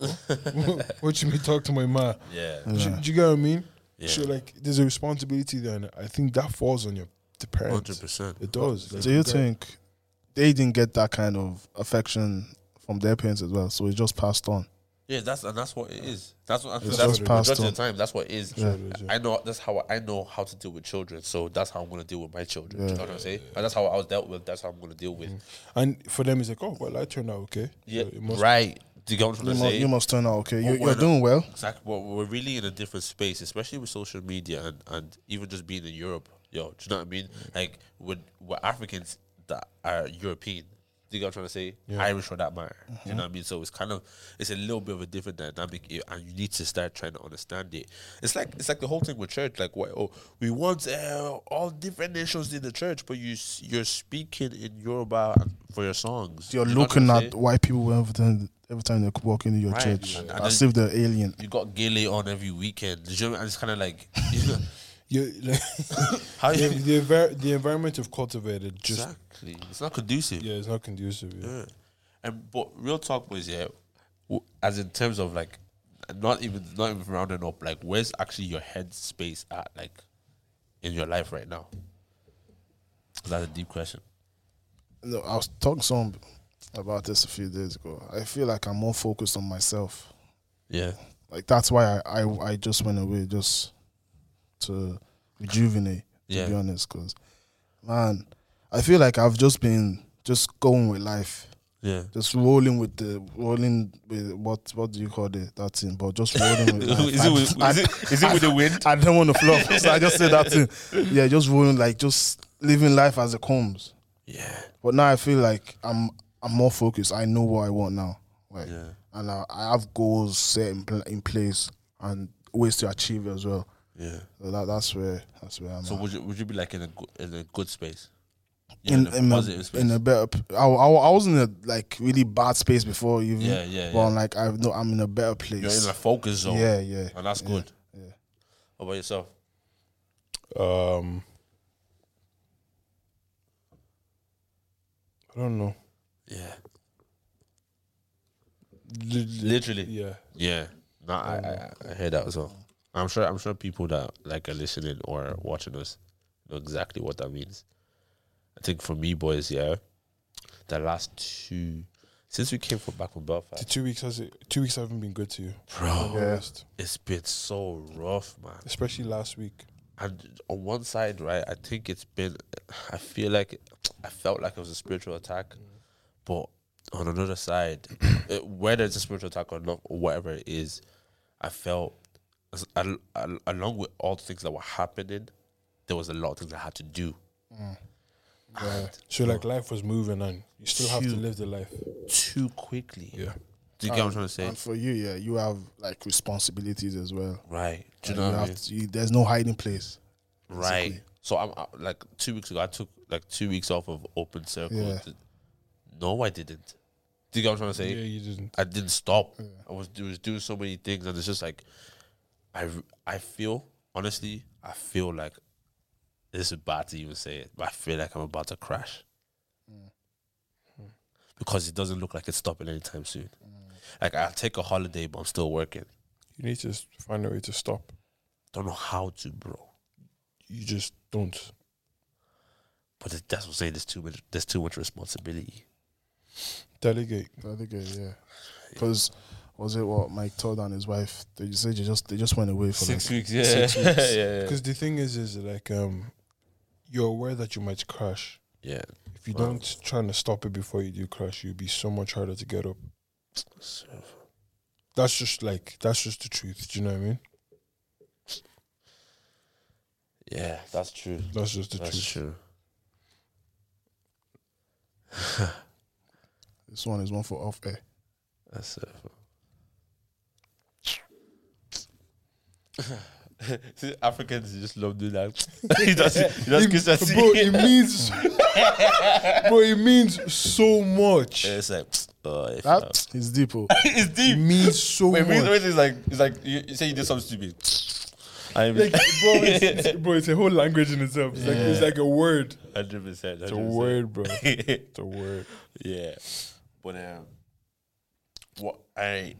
S2: what you mean talk to my ma?
S3: yeah,
S2: Do, you- do you get what I mean?
S3: Yeah.
S2: So like, there's a responsibility there, and I think that falls on your the parents.
S3: hundred percent.
S2: It does. Like,
S1: Do you
S2: got-
S1: think they didn't get that kind of affection from their parents as well? So it just passed on.
S3: Yeah, that's and that's what it is. That's what
S2: It's
S3: that's
S2: just
S1: passed
S3: majority of the
S1: on.
S3: time. That's what it is.
S2: Yeah. Sure it is, yeah.
S3: I know that's how I know how to deal with children. So that's how I'm gonna deal with my children. Do you know what I'm saying? And that's how I was dealt with. That's how I'm gonna deal with.
S2: And for them, it's like, oh well, I turned out okay.
S3: Yeah,
S2: So Mm-hmm. it must-
S3: right. do you get what I'm
S1: You,
S3: trying to
S1: must,
S3: say?
S1: you must turn out okay. You,
S3: Well,
S1: you're
S3: we're
S1: doing well.
S3: Exactly. Well, we're really in a different space, especially with social media and, and even just being in Europe. Yo, do you know what I mean? Like, with we're Africans that are European. Do you get what I'm trying to say? Irish for that matter.
S1: Mm-hmm.
S3: Do you know what I mean? So it's kind of it's a little bit of a different dynamic, i- and you need to start trying to understand it. It's like it's like the whole thing with church. Like, what? Oh, we want uh, all different nations in the church, but you s- you're speaking in Yoruba for your songs.
S1: You're
S3: Do you know what I'm
S1: looking
S3: trying to
S1: at
S3: say?
S1: white people every time, every time they walk into your
S3: Right,
S1: church
S3: and- and
S1: as
S3: then-
S1: if they're alien.
S3: you got Gele on every weekend. Do you know what I mean? And It's kind of
S1: [laughs]
S2: [laughs]
S3: like.
S2: You, like,
S3: How
S2: the,
S3: [laughs] you
S2: the, envir- the environment of cultivated just
S3: exactly? It's not conducive.
S2: yeah, it's not conducive. Yeah.
S3: Yeah. And but real talk was yeah, w- as in terms of like, not even not even rounding up. Like, where's actually your head space at like, in your life right now? That's a deep question.
S1: No, I was talking some about this a few days ago. I feel like I'm more focused on myself.
S3: Yeah.
S1: Like that's why I I, I just went away just to rejuvenate. To
S3: Yeah.
S1: be honest, because man, I feel like I've just been just going with life,
S3: Yeah.
S1: just rolling with the rolling with what what do you call it that thing? But just rolling with
S3: [laughs]
S1: life.
S3: Is it with,
S1: I-
S3: is it, is it with the wind?
S1: I don't want to flop, so I just said that thing. Yeah, just rolling like just living life as it comes.
S3: Yeah.
S1: But now I feel like I'm I'm more focused. I know what I want now. Like,
S3: Yeah.
S1: and I, I have goals set in, pl- in place and ways to achieve it as well.
S3: Yeah.
S1: So that, that's where that's where I'm.
S3: So
S1: at.
S3: would you would you be like in a good, in a good space? Yeah,
S1: in,
S3: in,
S1: in,
S3: a
S1: a,
S3: positive space.
S1: in a better, p- I, wa- I, wa- I was in a like really bad space before even.
S3: Yeah, yeah,
S1: But
S3: yeah.
S1: I'm like I know I'm in a better place.
S3: You're in a focus zone.
S1: yeah, yeah.
S3: And that's good.
S1: yeah.
S3: How about yourself?
S2: Um, I don't know.
S3: Yeah.
S2: Li-
S3: Literally.
S2: Yeah,
S3: Yeah, no, I, I, I hear that as well. I'm sure. I'm sure people that like are listening or watching us know exactly what that means. I think for me, boys, yeah, the last two since we came from back from
S2: the
S3: Belfast,
S2: two weeks has it, two weeks haven't been good to you.
S3: bro,
S2: I'll be honest.
S3: it's been so rough, man.
S2: especially last week.
S3: And on one side, right, I think it's been. I feel like I felt like it was a spiritual attack, but on another side, it- whether it's a spiritual attack or not, or whatever it is, I felt as- al- al- along with all the things that were happening, there was a lot of things I had to do. And
S2: So like life was moving and you still have to
S3: Shoot.
S2: live the life.
S3: too quickly.
S2: Yeah.
S3: Do you get what I'm trying to say?
S1: And for you, yeah, you have like responsibilities as well.
S3: right. Do you know
S1: Like,
S3: what I
S1: have
S3: mean?
S1: to, you, there's no hiding place.
S3: Right. So I'm uh, like two weeks ago. I took like two weeks off of open circle.
S1: Yeah.
S3: No, I didn't. Do you get what I'm trying to say?
S2: Yeah, you didn't.
S3: I didn't stop. I was, I was doing so many things, and it's just like, I I feel honestly, I feel like this is bad to even say it, but I feel like I'm about to crash Mm. because it doesn't look like it's stopping anytime soon. Like I'll take a holiday, but I'm still working.
S2: You need to s- find a way to stop.
S3: Don't know how to, bro.
S2: You just don't.
S3: But th- that's what I'm saying. There's too much. There's too much responsibility.
S2: Delegate.
S1: The other guy, uh, yeah. Because was it what Mike Todd and his wife? They just said they just they just went away for like
S3: weeks. Yeah.
S1: six
S3: yeah, [laughs] yeah,
S2: Because the thing is, is like um, you're aware that you might crash.
S3: yeah.
S2: If you
S3: Wow.
S2: don't try to stop it before you do crash, you'll be so much harder to get up.
S3: So-
S2: That's just like that's just the truth. Do you know what I mean?
S3: Yeah, that's true.
S2: That's just the
S3: That's
S2: truth.
S3: true.
S1: This one is one for off air.
S3: That's it. See, Africans just love doing that. [laughs] he does, he [laughs] does kiss that
S2: Bro,
S3: scene.
S2: it
S3: [laughs]
S2: means, bro, it means so much.
S3: It's like, oh, if
S1: That
S3: I'm-
S1: is
S3: [laughs]
S1: deep. oh.
S3: it's
S2: It
S3: deep.
S2: means so
S3: Wait, wait,
S2: much.
S3: wait, it's like, it's like you, you say you did something stupid. I
S2: like, [laughs]
S3: mean,
S2: bro,
S3: [laughs]
S2: it's, it's- bro, it's a whole language in itself. It's like it's like a word.
S3: hundred percent.
S2: It's a word, bro. It's a word.
S3: [laughs] yeah, but um, what I,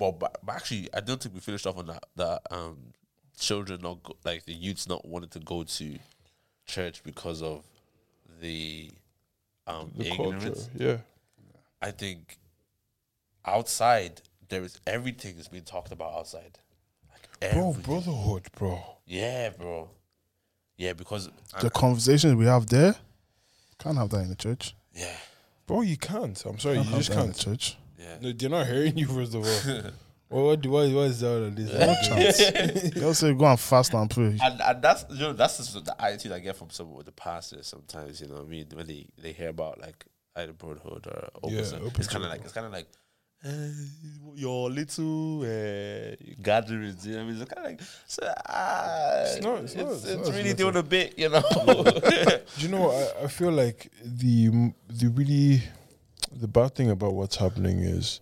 S3: well, but, but actually, I don't think we finished off on that. That um, children not go, like the youths not wanting to go to church because of the um
S2: The
S3: ignorance.
S2: culture. Yeah.
S3: I think outside there is everything is being talked about outside. Like
S2: Bro,
S3: everything.
S2: brotherhood, bro.
S3: Yeah, bro. Yeah, because I-
S1: The conversations we have there can't have that in the church.
S3: yeah,
S2: Bro, you can't. I'm sorry,
S1: Can't
S2: you
S1: have
S2: just
S1: that in the
S2: can't.
S3: [laughs]
S1: church.
S3: Yeah.
S2: No, they're not hearing you first of
S3: [laughs]
S2: all. well, what, what, what is that? on This?
S3: [laughs]
S1: They'll say go and fast and pray.
S3: And, and that's you know that's just the attitude I get from someone with the pastor sometimes. You know what I mean? When they, they hear about like either Brotherhood or open
S2: Yeah,
S3: Sun,
S2: Open
S3: it's kind of like it's kind of like uh, your little uh, gatherings. You know what I mean? It's kind of like so, ah, it's
S2: not- it's
S3: it's,
S2: not- it's not as
S3: really
S2: little.
S3: doing a bit. You know?
S2: Do you know? what? I, I feel like the the really the bad thing about what's happening is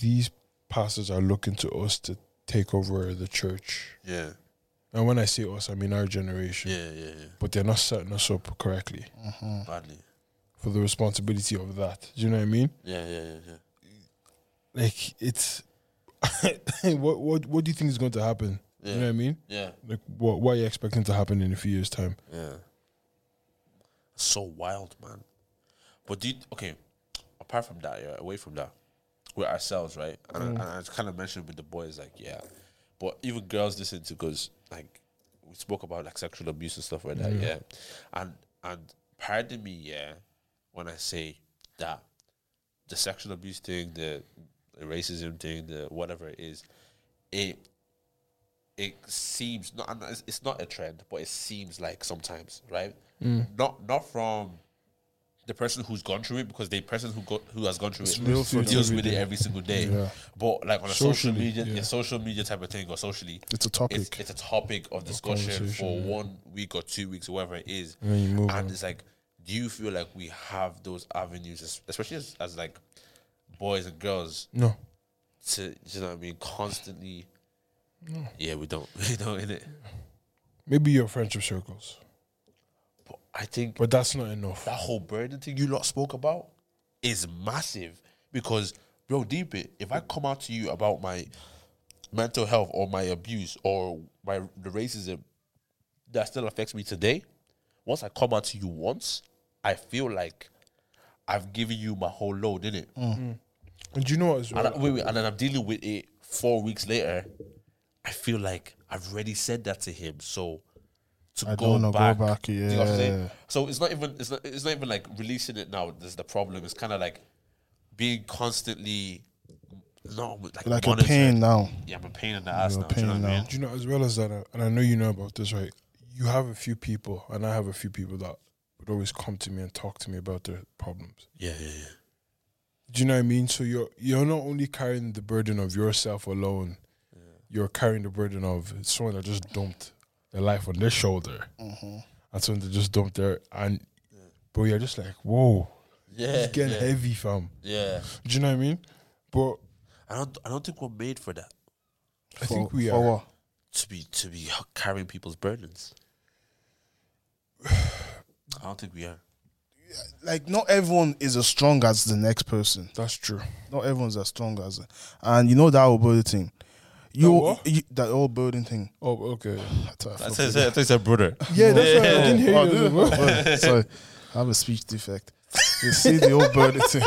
S2: these pastors are looking to us to take over the church,
S3: [laughs] yeah,
S2: and when I say us, I mean our generation.
S3: yeah, yeah, yeah.
S2: But they're not setting us up correctly
S3: Badly.
S2: for the responsibility of that. Do you know what I mean?
S3: Yeah, yeah, yeah, yeah.
S2: Like it's [laughs] what what what do you think is going to happen?
S3: Yeah.
S2: You know what I mean?
S3: Yeah,
S2: Like what what are you expecting to happen in a few years' time?
S3: yeah. So wild, man. But do you, okay. Apart from that, yeah, away from that, we're ourselves, right? And, I, and I kind of mentioned with the boys, like, yeah. But even girls listen to because, like, we spoke about like sexual abuse and stuff like that, yeah. And and pardon me, yeah, when I say that the sexual abuse thing, the racism thing, the whatever it is, it it seems not and it's- it's not a trend, but it seems like sometimes, right? Not not from the person who's gone through it because the person who got who has gone through it
S2: real for
S3: deals
S2: every
S3: with it
S2: day.
S3: every single day.
S2: Yeah.
S3: But like on a social
S2: Socially,
S3: media,
S2: yeah.
S3: a social media type of thing or socially,
S1: It's a topic.
S3: It's, it's a topic of discussion for one week or two weeks, whatever it is.
S2: then you move
S3: and it's like, do you feel like we have those avenues, es- especially as, as like boys and girls,
S2: No,
S3: to you know what I mean, constantly? Yeah, we don't, [laughs] we don't in it.
S2: maybe your friendship circles,
S3: But I think
S2: but that's not enough.
S3: that whole burden thing you lot spoke about is massive because, bro, deep it. If I come out to you about my mental health or my abuse or my the racism that still affects me today, once I come out to you once, I feel like I've given you my whole load, innit?
S2: And do you know what? As
S3: And I,
S2: well,
S3: wait, wait, and then I'm dealing with it four weeks later. I feel like I've already said that to him, so to go,
S1: I don't wanna go
S3: back,
S1: back,
S3: do you know what I'm saying?
S1: yeah.
S3: So it's not even it's not it's not even like releasing it now. That's the problem. It's kind of like being constantly no like,
S1: Like a
S3: monitored.
S1: pain now.
S3: Yeah, I'm a pain in the ass
S1: You're
S3: now.
S1: a
S3: do you know
S1: pain
S3: what I
S1: now.
S3: mean?
S2: Do you know as well as that, uh, and I know you know about this, right? You have a few people, and I have a few people that would always come to me and talk to me about their problems.
S3: Yeah, yeah,
S2: Do you know what I mean? So you're you're not only carrying the burden of yourself alone, you're carrying the burden of someone that just dumped their life on their shoulder, and someone that just dumped their and, bro, you're just like, whoa,
S3: yeah, yeah,
S2: it's getting heavy, fam.
S3: yeah.
S2: Do you know what I mean? But
S3: I don't I don't think we're made for that
S2: I think
S1: For-
S2: we
S1: for
S2: are.
S1: what?
S3: to be to be carrying people's burdens. [sighs] I don't think we are.
S1: Like not everyone is as strong as the next person.
S2: That's true.
S1: Not everyone's as strong as, and you know that old burden thing. You,
S2: what?
S1: you that old burden thing.
S2: Oh, okay.
S3: That's it. That's it, brother.
S2: Yeah, that's right. I didn't hear
S1: Oh,
S2: you.
S1: dude.
S2: [laughs]
S1: Oh, Sorry, I have a speech defect. You see the old bird thing.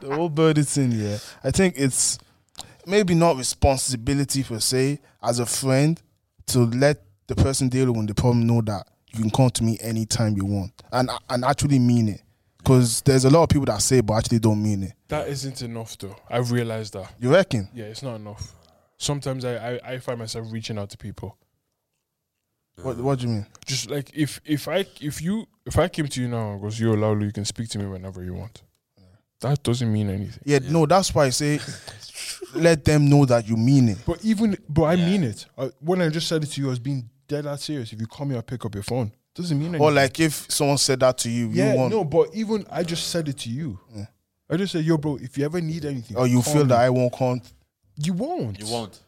S1: the old bird thing, yeah. I think it's maybe not responsibility per se as a friend to let the person dealing with the problem know that you can come to me anytime you want and and actually mean it. Because there's a lot of people that say but actually don't mean it.
S2: That isn't enough, though. I've realized that.
S1: You reckon?
S2: Yeah, it's not enough. Sometimes I, I, I find myself reaching out to people.
S1: What What do you mean?
S2: Just like if if I if you if I came to you now and goes, "Yo, Laulu, you can speak to me whenever you want." That doesn't mean anything.
S1: Yeah, no, that's why I say let them know that you mean it.
S2: But even but I mean it. I, when I just said it to you, I was being dead ass serious. If you call me, I pick up your phone. Doesn't mean anything.
S1: Or like if someone said that to you,
S2: yeah,
S1: you want
S2: no. But even I just said it to you. I just said, "Yo, bro, if you ever need anything,
S1: or Oh, you
S2: call
S1: feel
S2: me."
S1: that I won't come.
S2: you won't.
S3: You won't.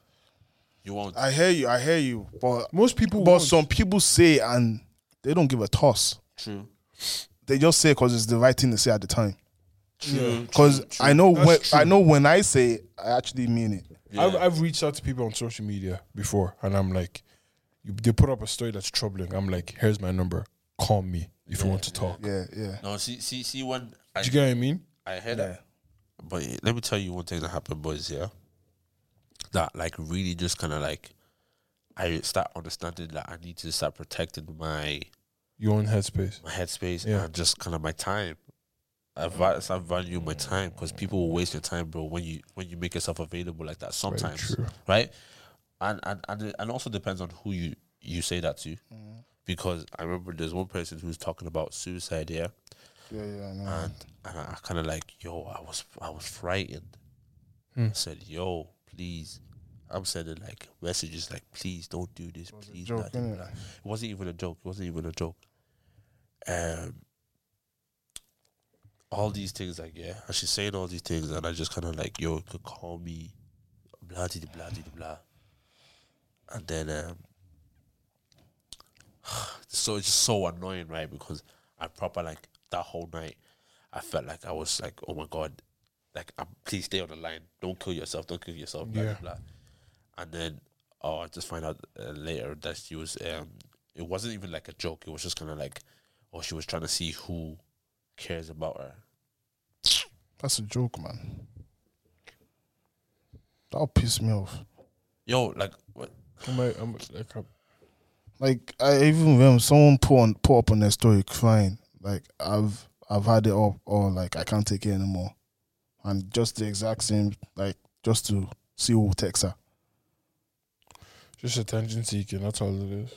S3: You won't.
S1: I hear you. I hear you. But
S2: Most people
S1: but
S2: won't.
S1: some people say and they don't give a toss.
S3: True.
S1: They just say because it's the right thing to say at the time.
S3: True.
S1: Because I know
S2: That's
S1: when
S2: true.
S1: I know when I say it, I actually mean it.
S2: I've, I've reached out to people on social media before, and I'm like, you, they put up a story that's troubling. I'm like, here's my number. Call me if you want to talk.
S1: Yeah, yeah.
S3: No, see, see, see. When I,
S2: Do you get what I mean?
S3: I heard that, but let me tell you one thing that happened, boys. Yeah, that like really just kind of like I start understanding that I need to start protecting my
S2: Your own headspace.
S3: my headspace
S2: Yeah.
S3: and just kind of my time. I va- start valuing my time because people will waste your time, bro. When you when you make yourself available like that, sometimes,
S2: true.
S3: right? And and and it, and also depends on who you you say that to,
S2: Mm-hmm.
S3: because I remember there's one person who's talking about suicide here,
S1: Yeah, yeah, I know.
S3: and and I kind of like, yo, I was I was frightened.
S1: Hmm.
S3: I said, yo, please. I'm sending like messages like, please don't do this, please.
S1: joke,
S3: blah, blah,
S1: innit?
S3: blah. It wasn't even a joke. It wasn't even a joke. Um, all these things like yeah, and she's saying all these things, and I just kind of like, yo, you could call me, blah de blah de blah, and then um, so it's just so annoying, right? Because I proper like that whole night, I felt like I was like, oh my god, like um, please stay on the line, don't kill yourself, don't kill yourself, blah
S2: Yeah.
S3: de blah, and then oh, I just find out uh, later that she was um, it wasn't even like a joke, it was just kind of like, oh, she was trying to see who cares about her.
S1: That's a joke, man. That'll piss me off.
S3: Yo, like what?
S2: I'm like, I'm like, I'm,
S1: Like I even when someone put on put up on their story crying, like I've I've had it up or like I can't take it anymore, and just the exact same like just to see who texts her.
S2: just attention seeking. That's all it is.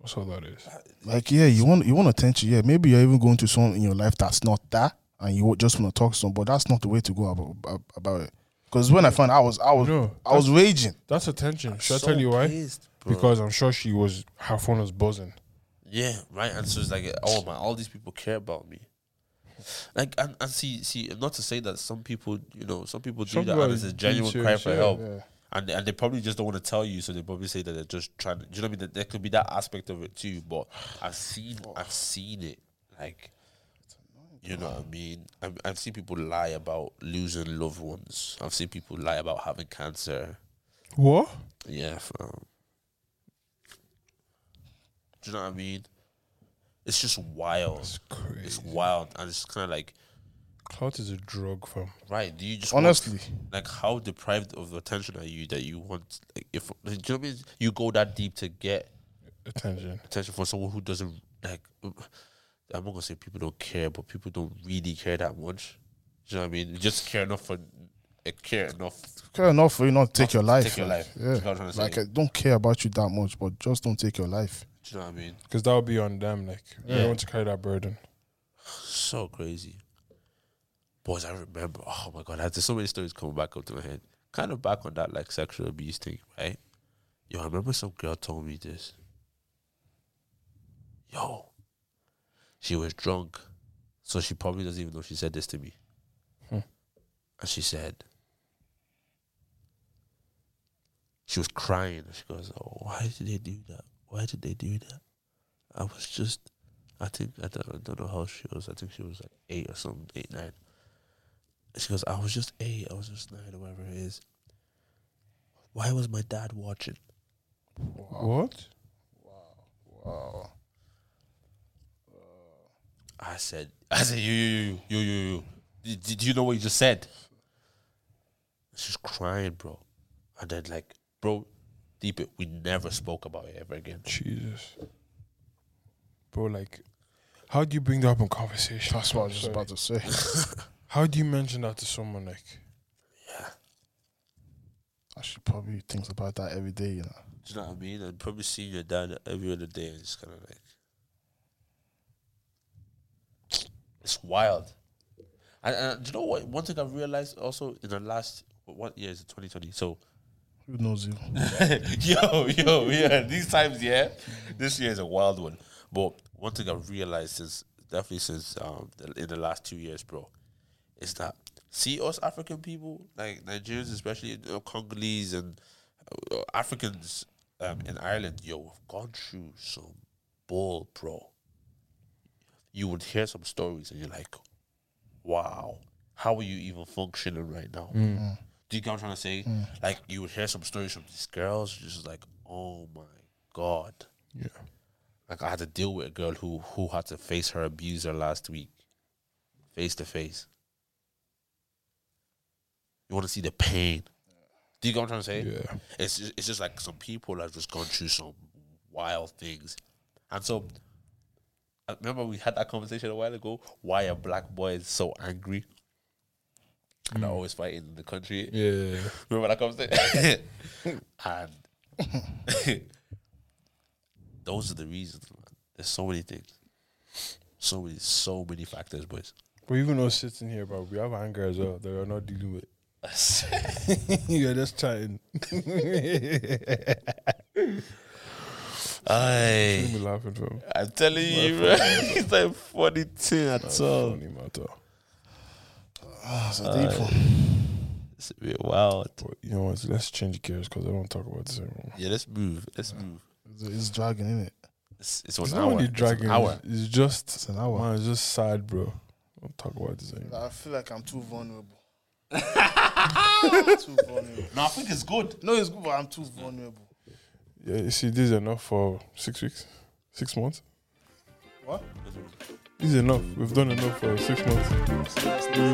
S2: That's all that is.
S1: Like yeah, you want you want attention. Yeah, maybe you're even going to someone in your life that's not that, and you just want to talk to someone, but that's not the way to go about about, about it. Because when I found out, I was I was
S2: No,
S1: I was raging.
S2: That's attention. Should
S3: So
S2: I tell you why?
S3: pissed, bro.
S2: Because I'm sure she was her phone was buzzing.
S3: yeah, right. And so it's like, oh man, all these people care about me. Like and, and see see not to say that some people you know some people do
S2: Some
S3: that
S2: people
S3: and
S2: are
S3: it's a genuine
S2: being
S3: cry
S2: serious,
S3: for
S2: yeah,
S3: help
S2: yeah.
S3: and and they probably just don't want to tell you so they probably say that they're just trying to, do you know what I mean that there could be that aspect of it too but I've seen I've seen it like you know what I mean I've, I've seen people lie about losing loved ones I've seen people lie about having cancer
S2: What?
S3: Yeah, fam. Do you know what I mean? It's just wild.
S2: It's
S3: It's
S2: crazy.
S3: wild, and it's kind of like,
S2: Clout is a drug, fam.
S3: right? Do you just want-
S1: Honestly,
S3: like how deprived of attention are you that you want? Like, if do you know what I mean? You go that deep to get
S2: Attention.
S3: attention from someone who doesn't like. I'm not gonna say people don't care, but people don't really care that much. Do you know what I mean? Just care enough for, uh, care enough.
S1: care enough for you not to take your life.
S3: Take your
S1: like,
S3: life. Do you know what I'm
S1: Yeah,
S3: trying to
S1: like
S3: say?
S1: I don't care about you that much, but just don't take your life.
S3: Do you know what I mean?
S2: Because that would be on them. Like, they
S3: Yeah.
S2: don't want to carry that burden.
S3: so crazy. Boys, I remember. Oh my god, I- there's so many stories coming back up to my head. Kind of back on that like sexual abuse thing, right? Yo, I remember some girl told me this. Yo, she was drunk, so she probably doesn't even know she said this to me.
S2: Hmm.
S3: And she said, she was crying. She goes, "Oh, why did they do that? Why did they do that? I was just I think I don't, I don't know how she was. I think she was like eight or something, eight nine. And She goes, I was just eight. I was just nine, or whatever it is. Why was my dad watching?
S2: What?
S3: I said, [laughs] I said, you, you, you, you, you, you. Did, did you know what you just said? She's crying, bro. And then like, bro, deep it. We never spoke about it ever again.
S2: Jesus. Bro, like, how do you bring that up in conversation?
S1: That's what I was just about to say.
S2: How do you mention that to someone? Like,
S1: I should probably think about that every day, you know.
S3: Do you know what I mean? And probably seeing your dad every other day and just kind of like, it's wild. And, and do you know what? One thing I've realized also in the last what year is it? Twenty twenty. So
S1: Who
S3: [laughs]
S1: knows you?
S3: yo, yo, yeah. These times, yeah. This year is a wild one. But one thing I've realized since definitely since um the, in the last two years, bro, is that see us African people, like Nigerians especially, you know, Congolese and uh, Africans um, in Ireland, yo, we've gone through some bull, bro. You would hear some stories and you're like, wow, how are you even functioning right now? Do you get what I'm trying to say? Like you would hear some stories from these girls, just like, oh my god.
S2: yeah.
S3: Like I had to deal with a girl who who had to face her abuser last week, face to face. You want to see the pain? Do you get what I'm trying to say?
S2: Yeah.
S3: It's just, it's just like some people have just gone through some wild things, and so I remember we had that conversation a while ago. Why are black boys so angry? And they're always fighting in the country.
S2: Yeah, yeah, yeah.
S3: [laughs] Remember that conversation? [laughs] and [laughs] those are the reasons, man. There's so many things. So many, so many factors, boys. [laughs]
S2: But even us sitting here, bro, we have anger as well that we're not dealing with. [laughs] You're just
S3: [laughs]
S2: chatting.
S3: Aye.
S2: Make me laughing, bro.
S3: I'm telling you, man. [laughs] It's like funny thing at all.
S2: Funny matter.
S1: That's ah, a deep one.
S3: It's a bit wild.
S2: But you know what? Let's change gears because I don't talk about this anymore.
S3: Yeah, let's move. Let's move.
S1: It's, it's dragging, is it?
S3: It's, it's an
S2: It's
S3: hour.
S2: not really
S3: It's an
S2: dragging.
S3: hour.
S2: It's, it's just,
S1: It's an hour.
S2: man, it's just sad, bro. Don't talk about this anymore.
S1: I feel like I'm
S3: [laughs]
S1: too vulnerable. too vulnerable.
S3: No, I think it's good.
S1: No, it's good, but I'm too vulnerable.
S2: Yeah, you see, this is enough for six weeks, six months.
S1: What?
S2: This is enough. We've done enough for six months.